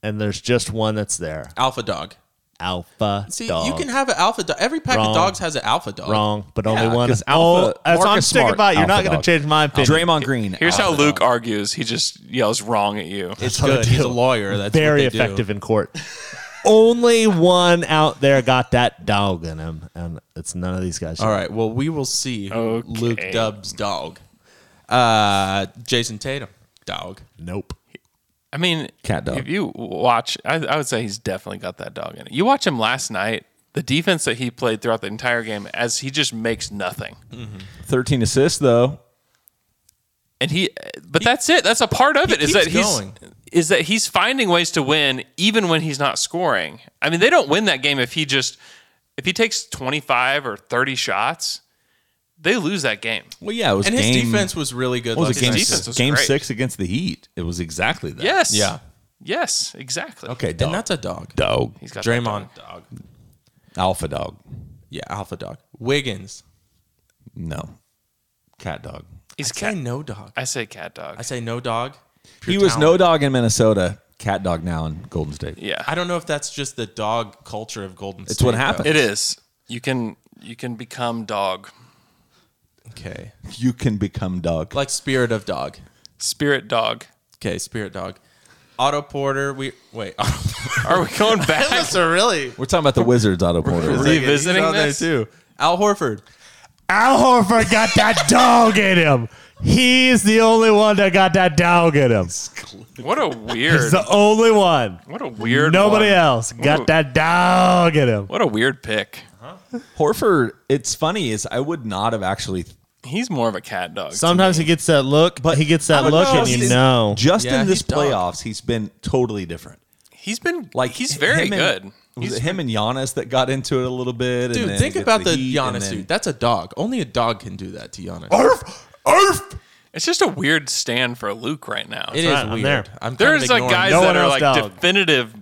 and there's just one that's there. alpha dog. Alpha See, dog. you can have an alpha dog. Every pack Wrong. of dogs has an alpha dog. Wrong, but Yeah, only one. 'cause oh, alpha- that's what I'm Marcus sticking Smart, by. You're not alpha going to dog. change my opinion. Draymond Green. Here's how alpha Luke dog. argues. He just yells wrong at you. It's what I good. He's a do. lawyer. That's Very what they effective Do. in court. only one out there got that dog in him, and it's none of these guys. All right. Well, we will see. who Okay. Luke Dub's dog. Uh, Jason Tatum. Dog. Nope. I mean, Cat dog. If you watch, I, I would say he's definitely got that dog in it. You watch him last night. The defense that he played throughout the entire game, as he just makes nothing, 13 assists, though. and he. But that's it. That's a part of he it. Is keeps that he's going. is that he's finding ways to win even when he's not scoring. I mean, they don't win that game if he just if he takes twenty five or thirty shots, they lose that game. Well, yeah, it was And his game- defense was really good. What was last it, game night. defense six, was game great. six against the Heat? It was exactly that. Yes. Yeah. Yes. Exactly. Okay, dog. And that's a dog. dog. He's got that Draymond. Dog. Alpha dog. Yeah, alpha dog. Wiggins. No. Cat dog. He's I say cat. no dog. I say cat dog. I say no dog. Pure He was talent. no dog in Minnesota. Cat dog now in Golden State. yeah. I don't know if that's just the dog culture of Golden State. It's what though. happened. it is. You can you can become dog. Okay. You can become dog. Like spirit of dog. Spirit dog. Okay, spirit dog. Otto Porter. We wait. Otto Are we going Porter. back? Those are really We're talking about the Wizards auto porter. Revisiting He's on this? there too. Al Horford. Al Horford got that dog in him. He's the only one that got that dog in him. What a He's weird. the only one. What a weird. Nobody one. else got What a- that dog in him. What a weird pick. Horford, it's funny, is I would not have actually He's more of a cat dog. Sometimes he gets that look, but he gets that But look, no, and you he's- know. just Yeah, in this he's dog. playoffs, he's been totally different. he's been Like like he's very him and- good. was He's it him and Giannis that got into it a little bit. Dude, and then think it gets about the, Heat, and Giannis then- dude. That's a dog. Only a dog can do that to Giannis. It's just a weird stand for Luke right now. It is right, I'm weird. there. I'm kind There's of like ignoring- guys No that one are else like dog. definitive,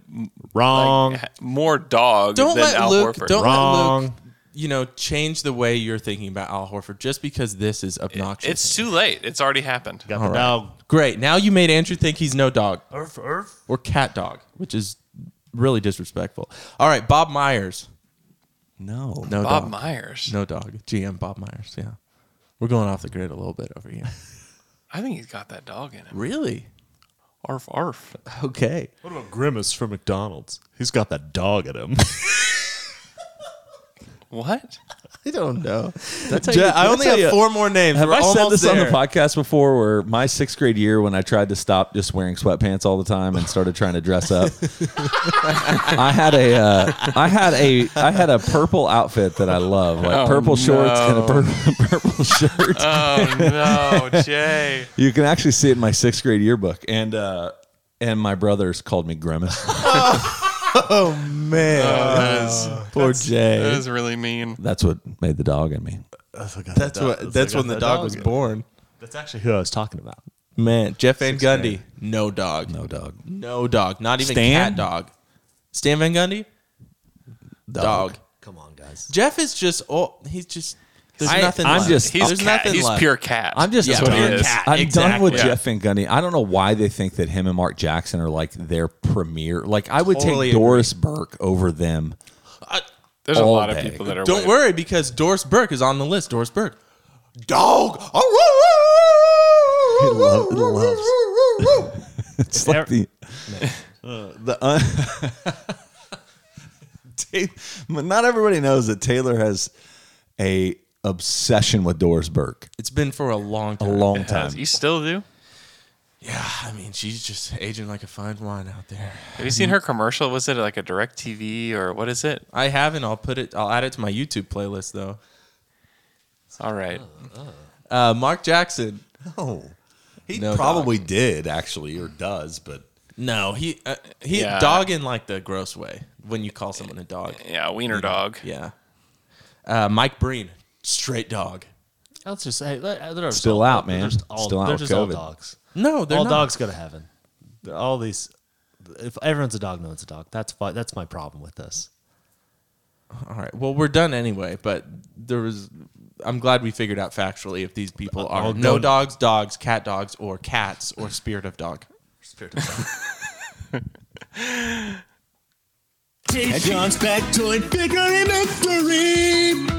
Wrong. like, ha- more dog don't than let Al Luke. Horford. Don't let Luke. Wrong. You know, change the way you're thinking about Al Horford just because this is obnoxious. it's too late. It's already happened. got All the right. dog. Great. Now you made Andrew think he's no dog. Or cat dog, which is really disrespectful. All right, Bob Myers. No, no, Bob dog. Myers. No dog. GM Bob Myers. Yeah, we're going off the grid a little bit over here. I think he's got that dog in him. really? Arf, arf. Okay. What about Grimace from McDonald's? He's got that dog at him. What? I don't know. That's how Je- you- I that's only how have you- four more names. Have We're I said almost this on the there. podcast before? Where my sixth grade year, when I tried to stop just wearing sweatpants all the time and started trying to dress up, I had a, uh, I had a, I had a purple outfit that I love, like Oh, purple shorts and a no. purple, purple shirt. Oh no, Jay. You can actually see it in my sixth grade yearbook, and uh, and my brothers called me grimace. Oh man, Oh, that is- Poor that's- Jay. That is really mean. That's what made the dog in me. That's what. That's when the dog was born. That's actually who I was talking about. Man, Jeff Van Six Gundy, man. no dog, no dog, no dog, not even Stan? cat dog. Stan Van Gundy, dog. Come on, guys. Jeff is just oh, he's just. There's I- nothing. I'm left. just. There's I'm- nothing. I'm left. just. Yeah, done. pure cat. I'm done with Exactly. Jeff Van Gundy. I don't know why they think that him and Mark Jackson are like their premier. Like I would Totally take Doris Burke over them. There's a all lot of day. people that are. Don't way- worry because Doris Burke is on the list. Doris Burke, dog. It, love, it loves. it's like the Uh, the. Un- Ta- Not everybody knows that Taylor has a obsession with Doris Burke. It's been for a long A time. long It time. has- You still do? Yeah, I mean, she's just aging like a fine wine out there. Have you seen her commercial? Was it like a direct TV or what is it? I haven't. I'll put it. I'll add it to my YouTube playlist though. All right. Uh, Mark Jackson. Oh, he No probably did actually, or does, but No, he uh, he Yeah. dog in like the gross way when you call someone a dog. Yeah, wiener dog. Yeah. Uh, Mike Breen, straight dog. Let's just say they're- they're just Still all- out, they're man. just all- Still out They're with just all COVID. dogs. No, they're all not. dogs go to heaven. They're All these, if everyone's a dog, no one's a dog. That's fi- that's my problem with this. All right. Well, we're done anyway, but there was I'm glad we figured out factually if these people are all no done. dogs, dogs, cat dogs or cats or spirit of dog. Spirit of dog. And John's back toy bigger in a dream.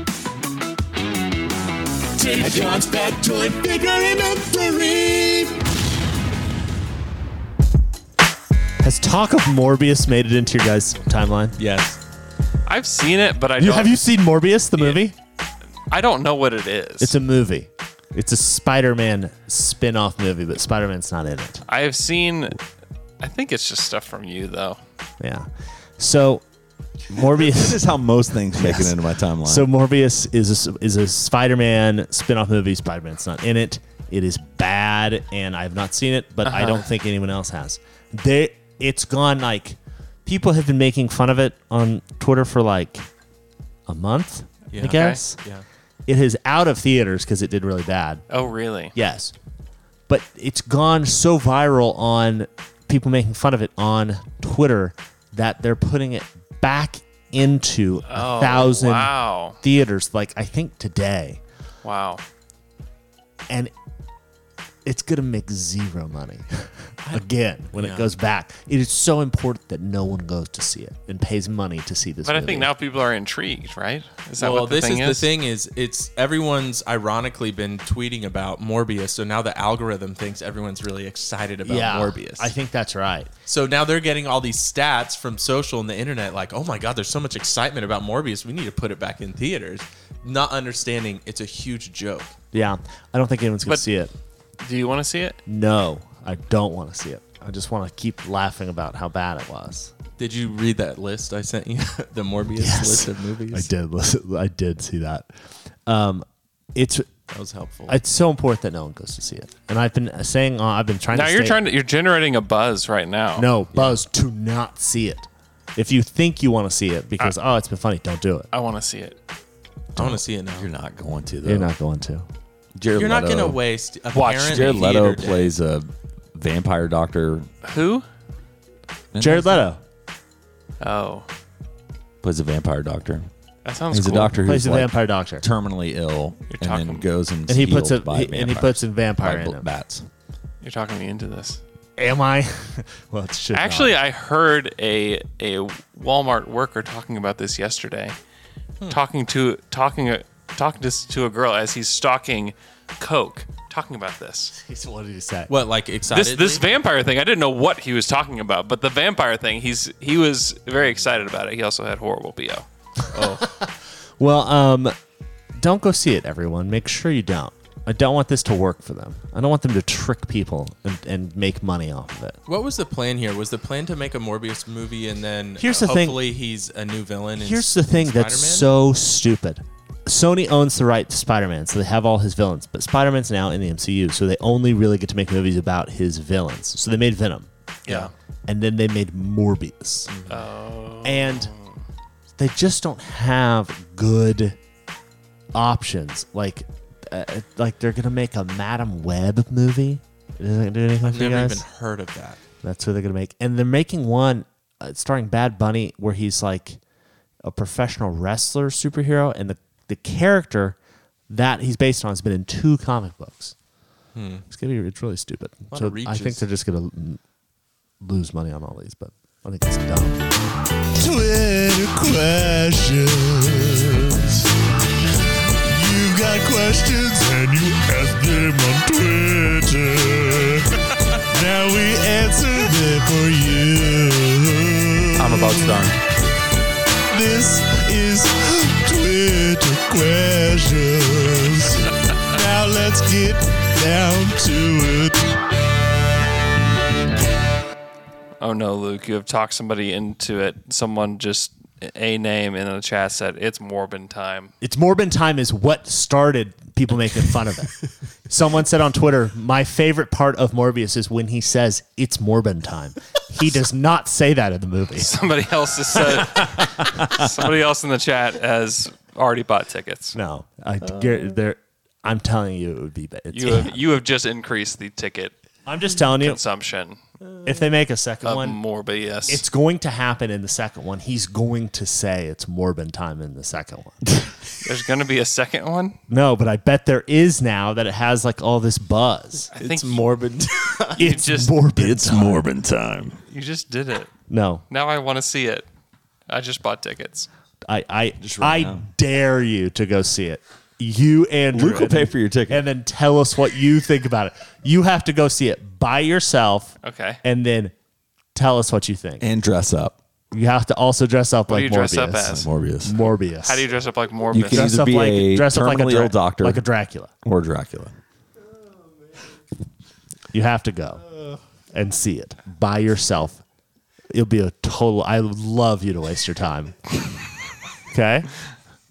And John's back toy bigger in a dream. Has talk of Morbius made it into your guys' timeline? yes. I've seen it, but I You, don't. have you seen Morbius the movie? I don't know what it is. It's a movie. It's a Spider-Man spin-off movie, but Spider-Man's not in it. I have seen. I think it's just stuff from you though. Yeah. So Morbius this is how most things make it into my timeline. So Morbius is a, is a Spider-Man spin-off movie. Spider-Man's not in it. It is bad, and I have not seen it, but I Uh-huh. don't think anyone else has. They, it's gone like people have been making fun of it on Twitter for like a month. Yeah. I Okay. guess Yeah. it is out of theaters because it did really bad. Oh, really? Yes, but it's gone so viral on people making fun of it on Twitter that they're putting it back into Oh, a thousand wow. theaters like I think today, Wow. and it's gonna make zero money again when Yeah. it goes back. It is so important that no one goes to see it and pays money to see this. But I movie. think now people are intrigued, right? Is that well, what the this thing is, the thing is it's everyone's ironically been tweeting about Morbius, so now the algorithm thinks everyone's really excited about yeah, Morbius. I think that's right. so now they're getting all these stats from social and the internet, like, oh my god, there's so much excitement about Morbius, we need to put it back in theaters. Not understanding it's a huge joke. Yeah, I don't think anyone's gonna But- see it. Do you want to see it? No, I don't want to see it. I just want to keep laughing about how bad it was. Did you read that list I sent you? the Morbius Yes. list of movies? I did. Listen, I did see that. Um, it's That was helpful. it's so important that no one goes to see it, and I've been saying uh, I've been trying. Now to you're stay- trying to you're generating a buzz right now. No, Buzz, to not see it. If you think you want to see it because oh it's been funny, don't do it. I want to see it. I want to see it now. You're not going to though. You're not going to. Jared You're not Leto- going to waste a Watch parent Jared Leto theater day. plays a vampire doctor. Who? Jared Leto Oh, Plays a vampire doctor. that sounds. He's cool. a doctor who's plays the like vampire doctor, terminally ill, You're and talking- then goes and and he puts a by he- and he vampires, puts a vampire by in bl- him. bats. You're talking me into this. Am I? well, it should not. Actually, I heard a a Walmart worker talking about this yesterday, Hmm. talking to talking talking to, to a girl as he's stalking Coke, talking about this. what did he say? What, like This excited? this vampire thing, I didn't know what he was talking about, but the vampire thing, he's he was very excited about it. He also had horrible bo. Well, um, don't go see it, everyone. Make sure you don't. I don't want this to work for them. I don't want them to trick people and, and make money off of it. What was the plan here? Was the plan to make a Morbius movie and then Here's uh, the thing- hopefully he's a new villain? in Here's S- the thing in that's Spider-Man? so stupid. Sony owns the right to Spider-Man, so they have all his villains. But Spider-Man's now in the MCU, so they only really get to make movies about his villains. So they made Venom. Yeah. And then they made Morbius. Oh. And they just don't have good options. Like, uh, like they're gonna make a Madam Web movie. Does that do anything I've for you never guys? even heard of that. That's who they're gonna make, and they're making one uh, starring Bad Bunny, where he's like a professional wrestler superhero, and the the character that he's based on has been in two comic books. Hmm. It's gonna be it's really stupid. Lot So of I think reaches. they're just gonna l- lose money on all these, but I think it's dumb. Twitter questions. You've got questions and you ask them on Twitter. now we answer them for you. I'm about to darn. This is Twitter questions. now let's get down to it. Oh no, Luke, you have talked somebody into it. Someone just a name in the chat said it's Morbin time. It's Morbin time is what started people making fun of it. Someone said on Twitter, my favorite part of Morbius is when he says it's Morbin time. He does not say that in the movie. Somebody else has said somebody else in the chat has already bought tickets. No. I gar- there I'm telling you it would be better. You have, you have just increased the ticket. I'm just telling you. consumption. If they make a second of one, Morbius. It's going to happen in the second one. He's going to say it's Morbin time in the second one. There's going to be a second one. no, but I bet there is now that it has like all this buzz. I think it's Morbin. it's just- Morbin. It's Morbin time. You just did it. No. Now I want to see it. I just bought tickets. I I, right I now. dare you to go see it. You Andrew, Luke will pay for your ticket, and then tell us what you think about it. You have to go see it by yourself, Okay. and then tell us what you think. And dress up. You have to also dress up What do like you dress up Morbius. as? Morbius. Morbius. How do you dress up like Morbius? You can Dress either up be like- a dress up terminally like a Dra- ill doctor, like a Dracula. or Dracula. You have to go and see it by yourself. It'll be a total. I would love you to waste your time. okay.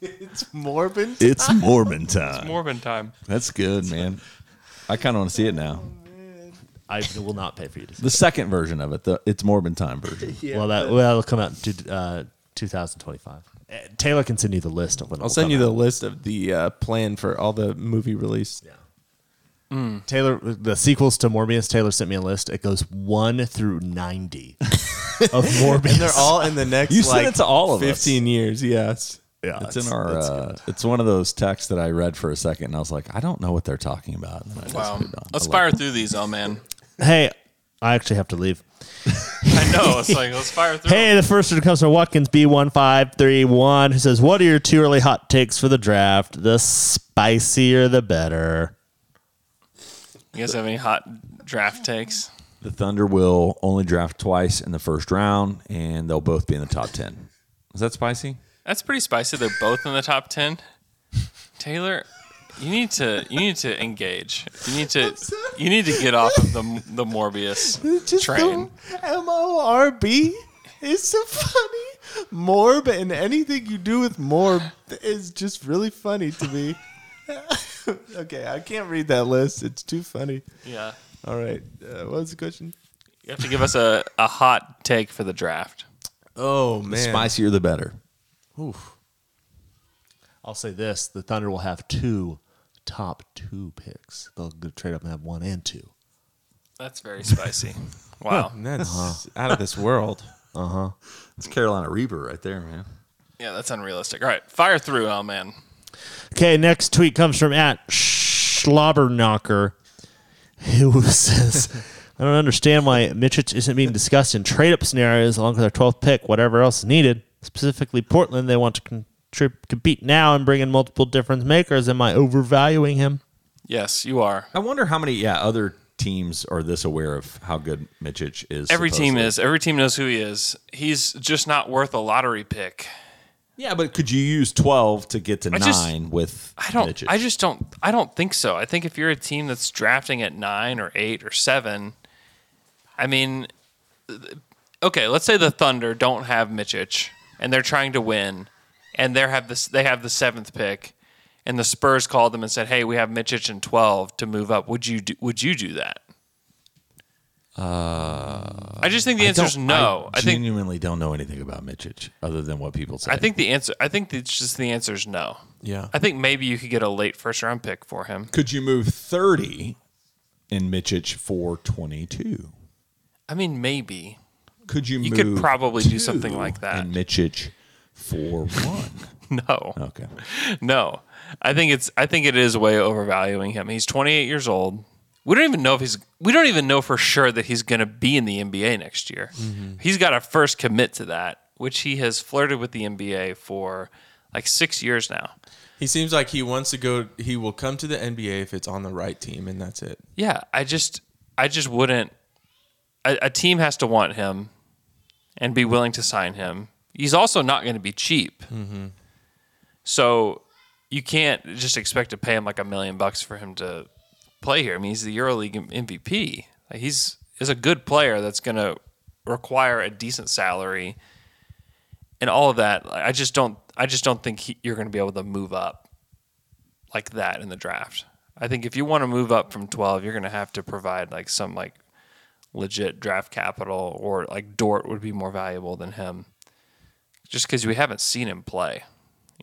It's Morbin. It's Mormon time. It's Morbin time. That's good, man. I kind of want to see it now. I will not pay for you to see The second version of it, the it's Morbin time version. well, that well, it'll come out in two- uh, 2025. Uh, Taylor can send you the list of when. I'll send you the list of the uh, plan for all the movie release. Yeah. Taylor the sequels to Morbius. Taylor sent me a list. It goes one through ninety of Morbius. And they're all in the next. You sent like, it to all of us. 15 years. Yes. Yeah, It's, in our. Uh, it's one of those texts that I read for a second, and I was like, I don't know what they're talking about. And then I just Wow. moved on. Um, Let's I fire through these, oh man. Hey, I actually have to leave. I know. It's like let's fire through. Hey, the first one comes from Watkins B1531 who says, What are your two early hot takes for the draft? The spicier the better. You guys have any hot draft takes? The Thunder will only draft twice in the first round, and they'll both be in the top ten. Is that spicy? That's pretty spicy. They're both in the top ten. Taylor, you need to you need to engage. You need to you need to get off of the the Morbius train. M O R B is so funny. Morb and anything you do with Morb is just really funny to me. okay, I can't read that list. It's too funny. Yeah. All right. Uh, what was the question? You have to give us a, a hot take for the draft. Oh The spicier the better. Oof. I'll say this the Thunder will have two top two picks. They'll go trade up and have one and two. That's very spicy. Wow. out of this world. Uh huh. It's Carolina Reaper right there, man. Yeah, that's unrealistic. All right, fire through, oh man. Okay, next tweet comes from at Schlobberknocker, who says, I don't understand why Mitric isn't being discussed in trade up scenarios along with their 12th pick, whatever else is needed. Specifically, Portland, they want to contrib- compete now and bring in multiple difference makers. Am I overvaluing him? Yes, you are. I wonder how many yeah other teams are this aware of how good Mitic is. Every team supposedly. is. Every team knows who he is. He's just not worth a lottery pick. Yeah, but could you use twelve to get to I nine just- with I don't. Mitic? I just don't. I don't think so. I think if you're a team that's drafting at nine or eight or seven, I mean, th- okay, let's say the Thunder don't have Michich and they're trying to win, and they have this. They have the seventh pick, and the Spurs called them and said, "Hey, we have Michich and twelve to move up. Would you do? Would you do that?" Uh, I just think the answer is don't- no. I, I think- genuinely don't know anything about Mitic other than what people say. I think the answer. I think it's just the answer is no. Yeah. I think maybe you could get a late first round pick for him. could you move thirty in Mitic for twenty two? I mean, maybe. Could you? You move could probably two do something like that. in Mitic for one. No. Okay. No. I think it's I think it is way overvaluing him. He's 28 years old. We don't even know if he's we don't even know for sure that he's going to be in the NBA next year. Mhm. He's got to first commit to that, which he has flirted with the NBA for like 6 years now. He seems like he wants to go. He will come to the NBA if it's on the right team, and that's it. Yeah, I just I just wouldn't a, a team has to want him and be willing to sign him. He's also not going to be cheap. Mm-hmm. So you can't just expect to pay him like a million bucks for him to play here. I mean, he's the EuroLeague MVP. Like, he's is a good player that's going to require a decent salary and all of that. Like, I just don't. I just don't think he, you're going to be able to move up like that in the draft. I think if you want to move up from 12, you're going to have to provide like some like legit draft capital or like Dort would be more valuable than him just because we haven't seen him play.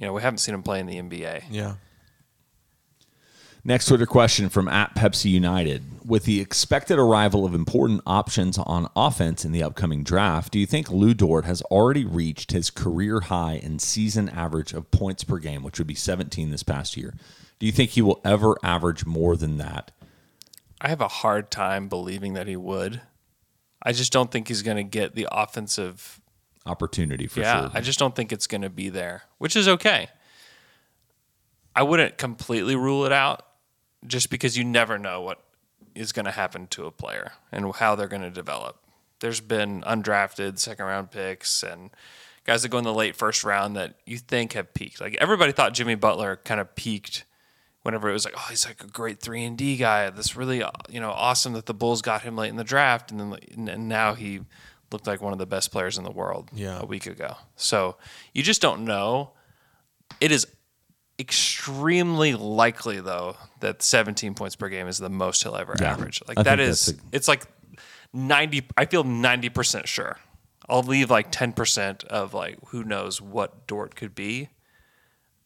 You know, we haven't seen him play in the NBA. Yeah. Next Twitter question from at Pepsi United. With the expected arrival of important options on offense in the upcoming draft, do you think Lou Dort has already reached his career high and season average of points per game, which would be 17 this past year? Do you think he will ever average more than that? I have a hard time believing that he would. I just don't think he's going to get the offensive Opportunity for yeah, sure. I just don't think it's going to be there, which is okay. I wouldn't completely rule it out just because you never know what is going to happen to a player and how they're going to develop. There's been undrafted second round picks and guys that go in the late first round that you think have peaked. Like everybody thought Jimmy Butler kind of peaked whenever it was like, oh, he's like a great three and D guy. This really, you know, awesome that the Bulls got him late in the draft, and then like, and now he looked like one of the best players in the world Yeah. a week ago. So you just don't know. It is extremely likely though that 17 points per game is the most he'll ever Yeah. average. Like I that think is, that's it's like 90. I feel 90 percent sure. I'll leave like 10 percent of like who knows what Dort could be,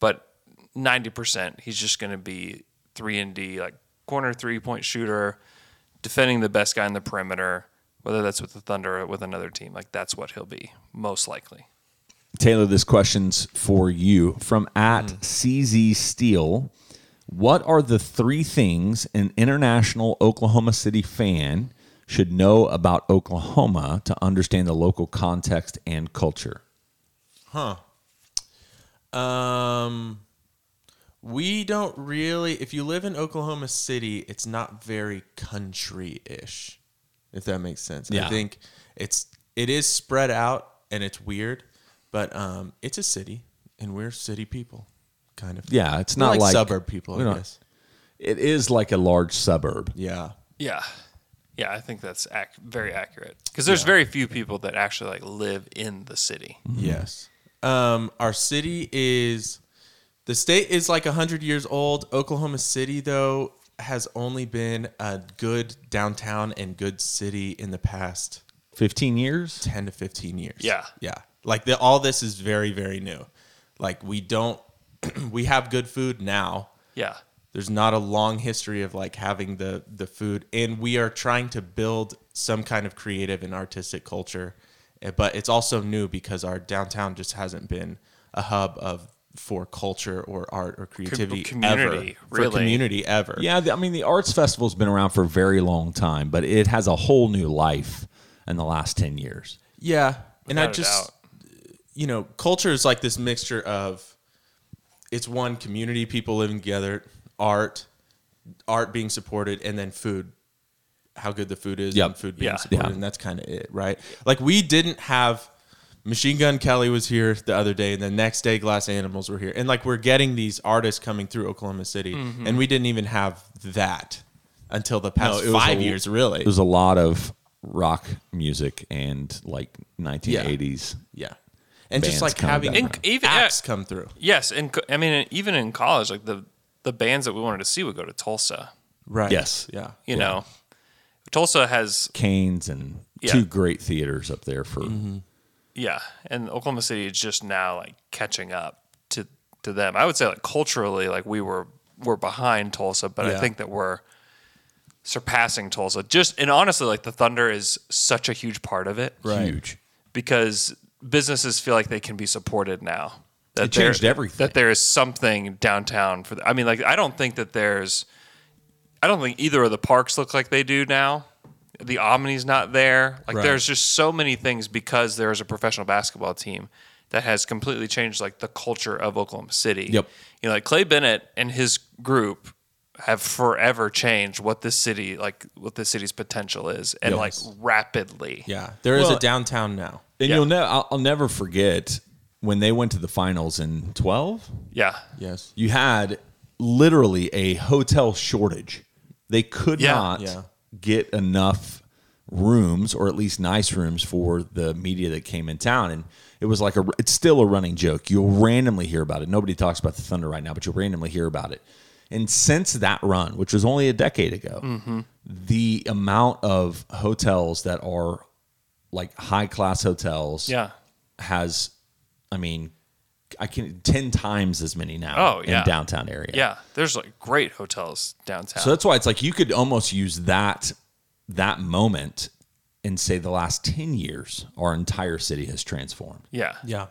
but 90 percent he's just going to be three and D like corner three point shooter, defending the best guy in the perimeter. Whether that's with the Thunder or with another team, like that's what he'll be most likely. Taylor, this question's for you from at CZ Steele. What are the three things an international Oklahoma City fan should know about Oklahoma to understand the local context and culture? Huh. Um, we don't really. If you live in Oklahoma City, it's not very country-ish, if that makes sense. Yeah. I think it's it is spread out and it's weird, but um, it's a city and we're city people, kind of. Yeah, it's We're not like, suburb people. we I don't- guess. It is like a large suburb. Yeah. Yeah, yeah, I think that's ac- very accurate because there's very few people that actually like live in the city. Yes. Um, our city is the state is like hundred years old. Oklahoma City though has only been a good downtown and good city in the past 15 years? 10 to 15 years. Yeah. Yeah. Like the, all this is very very new. Like we don't we have good food now. Yeah. There's not a long history of like having the the food and we are trying to build some kind of creative and artistic culture. eh, But it's also new because our downtown just hasn't been a hub of for culture or art or creativity community, ever for really. community ever. Yeah, the- I mean the arts festival's been around for a very long time, but it has a whole new life in the last ten years. Yeah. and I Without a just, you know, culture is like this mixture of it's one community, people living together, art, art being supported, and then food, how good the food is, and Yep. food being Yeah. supported. Yeah. And that's kind of it, right? Like we didn't have. Machine Gun Kelly was here the other day, and the next day Glass Animals were here, and like we're getting these artists coming through Oklahoma City, Mhm. Mm-hmm. and we didn't even have that until the past No, it was five a- years, really. It was a lot of rock music and like 1980s. Yeah. And just, like, having- In, even uh, Acts yeah, come through. Yes, and co- I mean even in college, like the the bands that we wanted to see would go to Tulsa. Right. Yes. Yeah. You know, Tulsa has Canes and Yeah. two great theaters up there for yeah, and Oklahoma City is just now like catching up to to them. I would say like culturally, like we were we're behind Tulsa, but I Yeah. think that we're surpassing Tulsa. Just and honestly, like the Thunder is such a huge part of it. Right. Huge. because businesses feel like they can be supported now. It there- changed everything. That there is something downtown for. The, I mean, like I don't think that there's. I don't think either of the parks look like they do now. The Omni's not there. Like Right. there's just so many things because there is a professional basketball team that has completely changed like the culture of Oklahoma City. Yep. You know, like Clay Bennett and his group have forever changed what this city like what this city's potential is and Yes. like rapidly. Yeah. There is Well, a downtown now. And you'll know I'll, I'll never forget when they went to the finals in 12. Yeah. Yes. You had literally a hotel shortage. They could Yeah. not Yeah. get enough rooms or at least nice rooms for the media that came in town and it was like a it's still a running joke. You'll randomly hear about it. Nobody talks about the Thunder right now, but you'll randomly hear about it. And since that run, which was only a decade ago, Mhm. the amount of hotels that are like high class hotels Yeah. has I mean I can ten times as many now Oh, yeah. in downtown area. Yeah, there's like great hotels downtown. So that's why it's like you could almost use that that moment and say the last ten years our entire city has transformed. Yeah. Yeah.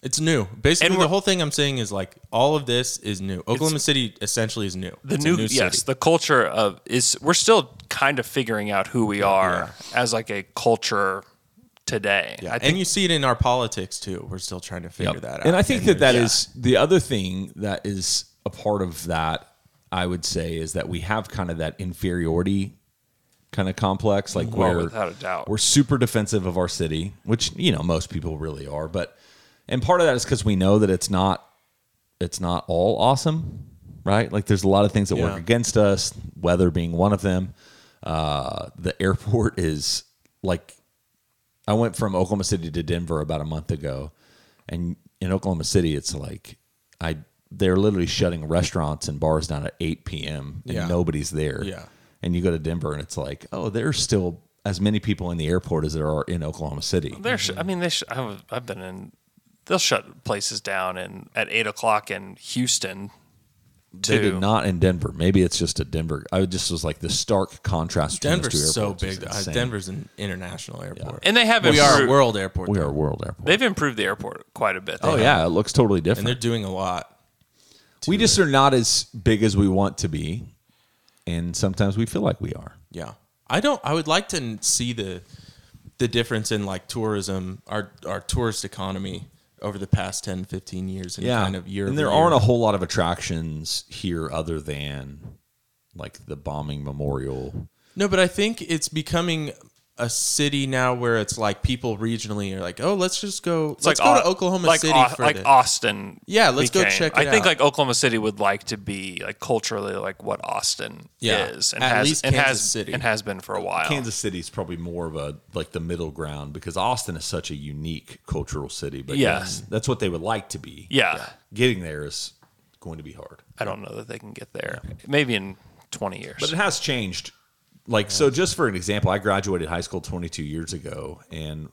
It's new. Basically, the whole thing I'm saying is like all of this is new. Oklahoma City essentially is new. the It's a new, new yes, city. the culture of is we're still kind of figuring out who we are as like a culture today. Yeah. I and think you see it in our politics too. We're still trying to figure that out. And I think that that there's- is the other thing that is a part of that. I would say is that we have kind of that inferiority kind of complex, like Well, where without a doubt. we're super defensive of our city, which you know most people really are. But and part of that is because we know that it's not it's not all awesome, right? Like there's a lot of things that Yeah. work against us, weather being one of them. Uh, the airport is like I went from Oklahoma City to Denver about a month ago, and in Oklahoma City, it's like I they're literally shutting restaurants and bars down at 8 p.m. and Yeah. nobody's there. Yeah. and you go to Denver and it's like, oh, there's still as many people in the airport as there are in Oklahoma City. there. Mm-hmm. Sh- I mean, they. Sh- I was, I've been in. They'll shut places down and at eight o'clock in Houston. They too. did not in Denver. Maybe it's just a Denver. I would just was like the stark contrast. between those two Denver's so airports is big. Uh, insane. Denver's an international airport. And they have We are a improved- world airport. We are a world airport. They've improved the airport quite a bit. Oh yeah, it looks totally different. And they're doing a lot. we just are not as big as we want to be, and sometimes we feel like we are. Yeah. I don't I would like to n- see the the difference in like tourism, our our tourist economy over the past 10, 15 years and kind of year. And over there year. aren't a whole lot of attractions here other than like the bombing memorial. No, but I think it's becoming a city now where it's like people regionally are like, oh, let's just go. It's let's like go Au- to Oklahoma like City Au- for like the- Austin. Yeah, let's go became. check. It I think out. like Oklahoma City would like to be like culturally like what Austin Yeah, is and at has least and Kansas has City. and has been for a while. Kansas City is probably more of a like the middle ground because Austin is such a unique cultural city. But Yeah. yes, that's what they would like to be. Yeah. getting there is going to be hard. I don't know that they can get there. Maybe in 20 years. But it has changed. Like, so just for an example, I graduated high school 22 years ago. And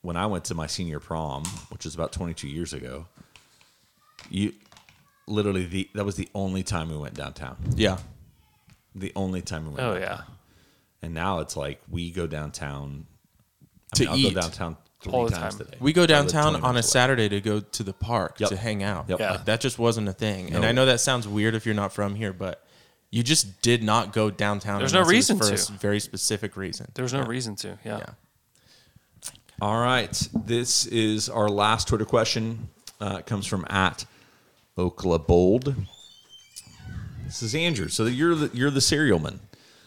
when I went to my senior prom, which is about 22 years ago, you literally, the, that was the only time we went downtown. Yeah. The only time we went. Oh, downtown. And now it's like we go downtown I To I'll eat. go downtown three All the times time. today. We I go live downtown 20 on a minutes away. Saturday to go to the park Yep. to hang out. Yep. Yeah. Like, that just wasn't a thing. And No. I know that sounds weird if you're not from here, but you just did not go downtown. There's no unless reason it was for a to. s- very specific reason. There's no Yeah. reason to. Yeah. All right. This is our last Twitter question. Uh, it comes from at Okla Bold. This is Andrew. So you're the, you're the cereal man.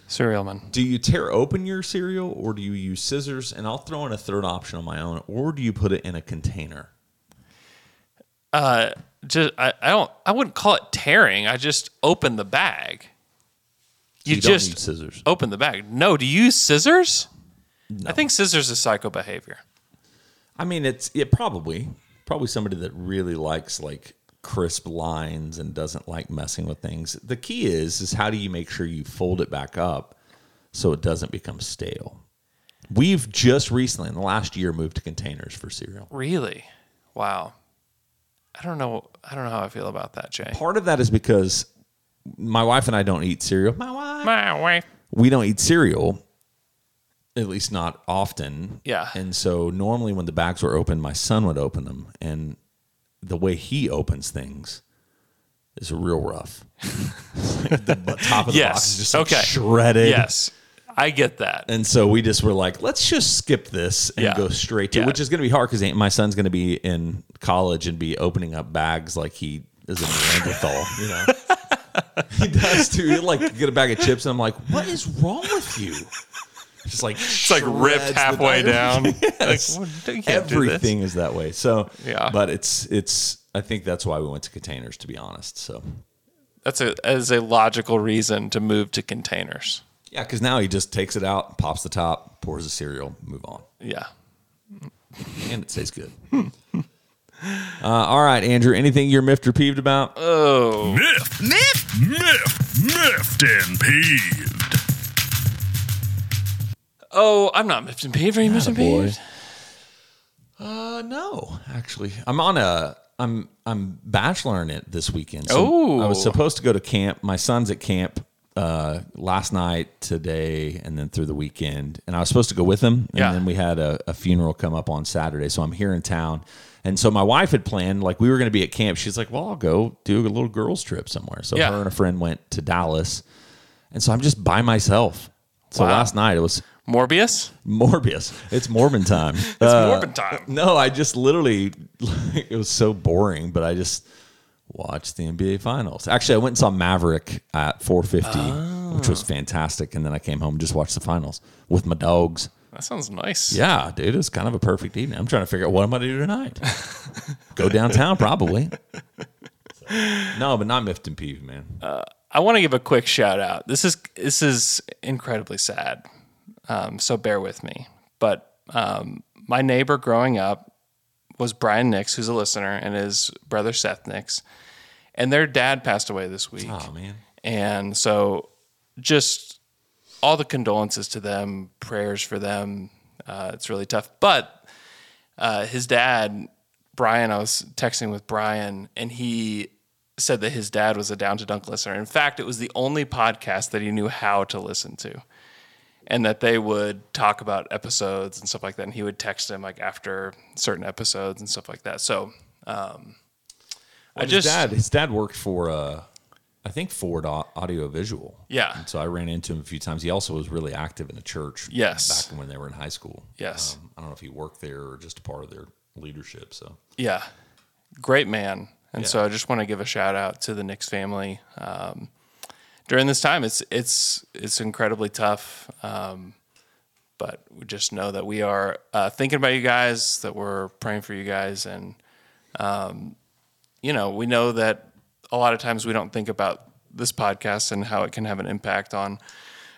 Cereal man. Do you tear open your cereal or do you use scissors? And I'll throw in a third option on my own. Or do you put it in a container? Uh, just I, I don't I wouldn't call it tearing. I just open the bag. You You, don't just use scissors. Open the bag. No, do you use scissors? I think scissors is psycho behavior. I mean, it's it probably probably somebody that really likes like crisp lines and doesn't like messing with things. The key is is how do you make sure you fold it back up so it doesn't become stale. We've just recently in the last year moved to containers for cereal. Really? Wow. I don't know. I don't know how I feel about that, Jay. Part of that is because my wife and I don't eat cereal. My wife. My wife. we don't eat cereal, at least not often. Yeah. And so normally when the bags were open, my son would open them, and the way he opens things is real rough. the bu- top of the yes. box is just like okay. shredded. Yes. I get that. And so we just were like, let's just skip this and Yeah. go straight to, Yeah. which is going to be hard because my son's going to be in college and be opening up bags like he is a Neanderthal, you know. he does too. He'll like get a bag of chips, and I'm like, what is wrong with you? Just like It's like ripped halfway down. Yes. Like, what- you can't do this. everything is that way. So Yeah. but it's it's. I think that's why we went to containers, to be honest. So That's a as a logical reason to move to containers. yeah, because now he just takes it out, pops the top, pours the cereal, move on. Yeah. and it tastes good. Uh, all right, Andrew. Anything you're miffed or peeved about? Oh, Miff, miff, miff, miffed and peeved. Oh, I'm not Mifton Peeved. Are you Mifton Peeved? Uh, no, actually, I'm on a I'm I'm bacheloring it this weekend. Oh. I was supposed to go to camp. My son's at camp uh, last night, today, and then through the weekend. And I was supposed to go with him. And Yeah. then we had a, a funeral come up on Saturday, so I'm here in town. And so my wife had planned like we were going to be at camp. She's like, "Well, I'll go do a little girls trip somewhere." So Yeah. her and a friend went to Dallas, and so I'm just by myself. So Wow. last night it was Morbius. Morbius. It's Morbin time. Uh, it's Morbin time. No, I just literally, it was so boring, but I just watched the NBA Finals. Actually, I went and saw Maverick at 4:50, which was fantastic, and then I came home and just watched the finals with my dogs. That sounds nice. Yeah, dude, it was kind of a perfect evening. I'm trying to figure out what I'm gonna do tonight. Go downtown, probably. No, but not miffed and peeved, man. Uh, I want to give a quick shout out. This is this is incredibly sad. Um, so bear with me. But um, my neighbor growing up was Brian Nix, who's a listener, and his brother Seth Nix, and their dad passed away this week. Oh man, And so just all the condolences to them, prayers for them. Uh, it's really tough. But uh, his dad, Brian, I was texting with Brian, and he said that his dad was a Down to Dunk listener. In fact, it was the only podcast that he knew how to listen to. And that they would talk about episodes and stuff like that. And he would text him like after certain episodes and stuff like that. So um, I Well, just his dad, his dad worked for uh, I think Ford Au- Audio Visual. Yeah. And so I ran into him a few times. He also was really active in the church. Yes. Back when they were in high school. Yes. Um, I don't know if he worked there or just a part of their leadership. So Yeah, great man. And Yeah. so I just want to give a shout out to the Knicks family. Um, during this time, it's it's it's incredibly tough, um, but we just know that we are uh, thinking about you guys, that we're praying for you guys, and um, you know we know that a lot of times we don't think about this podcast and how it can have an impact on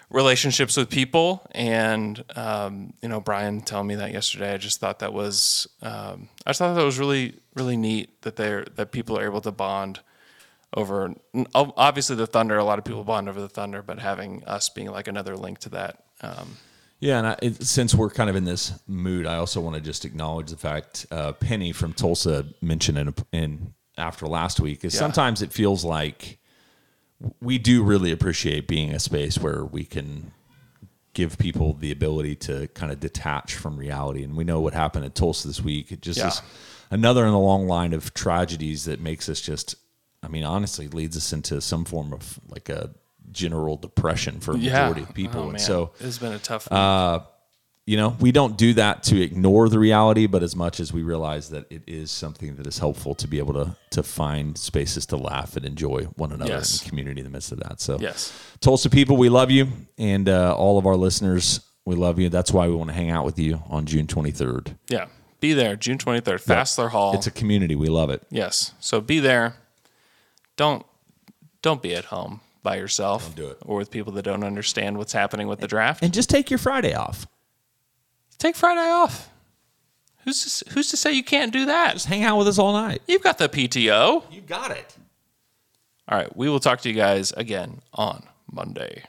relationships with people. And um, you know, Brian telling me that yesterday, I just thought that was um, I just thought that was really really neat that they're that people are able to bond over n- ob- obviously the thunder. A lot of people bond over the thunder, but having us being like another link to that. Um, Yeah, and I, it, since we're kind of in this mood, I also want to just acknowledge the fact uh, Penny from Tulsa mentioned in, in after last week is Yeah. sometimes it feels like we do really appreciate being a space where we can give people the ability to kind of detach from reality. And we know what happened at Tulsa this week. It just Yeah. is another in the long line of tragedies that makes us just, I mean, honestly, leads us into some form of like a general depression for a Yeah. majority of people. Oh, and man. so It's been a tough week. Uh, you know, we don't do that to ignore the reality, but as much as we realize that it is something that is helpful to be able to to find spaces to laugh and enjoy one another Yes. and community in the midst of that. So, Yes. Tulsa people, we love you, and uh, all of our listeners, we love you. That's why we want to hang out with you on June 23rd. Yeah. Be there June 23rd, Fassler Hall. It's a community. We love it. Yes. So be there. Don't don't be at home by yourself do it. or with people that don't understand what's happening with the draft. And just take your Friday off. Take Friday off. Who's to, who's to say you can't do that? Just hang out with us all night. You've got the PTO. You got it. All right, we will talk to you guys again on Monday.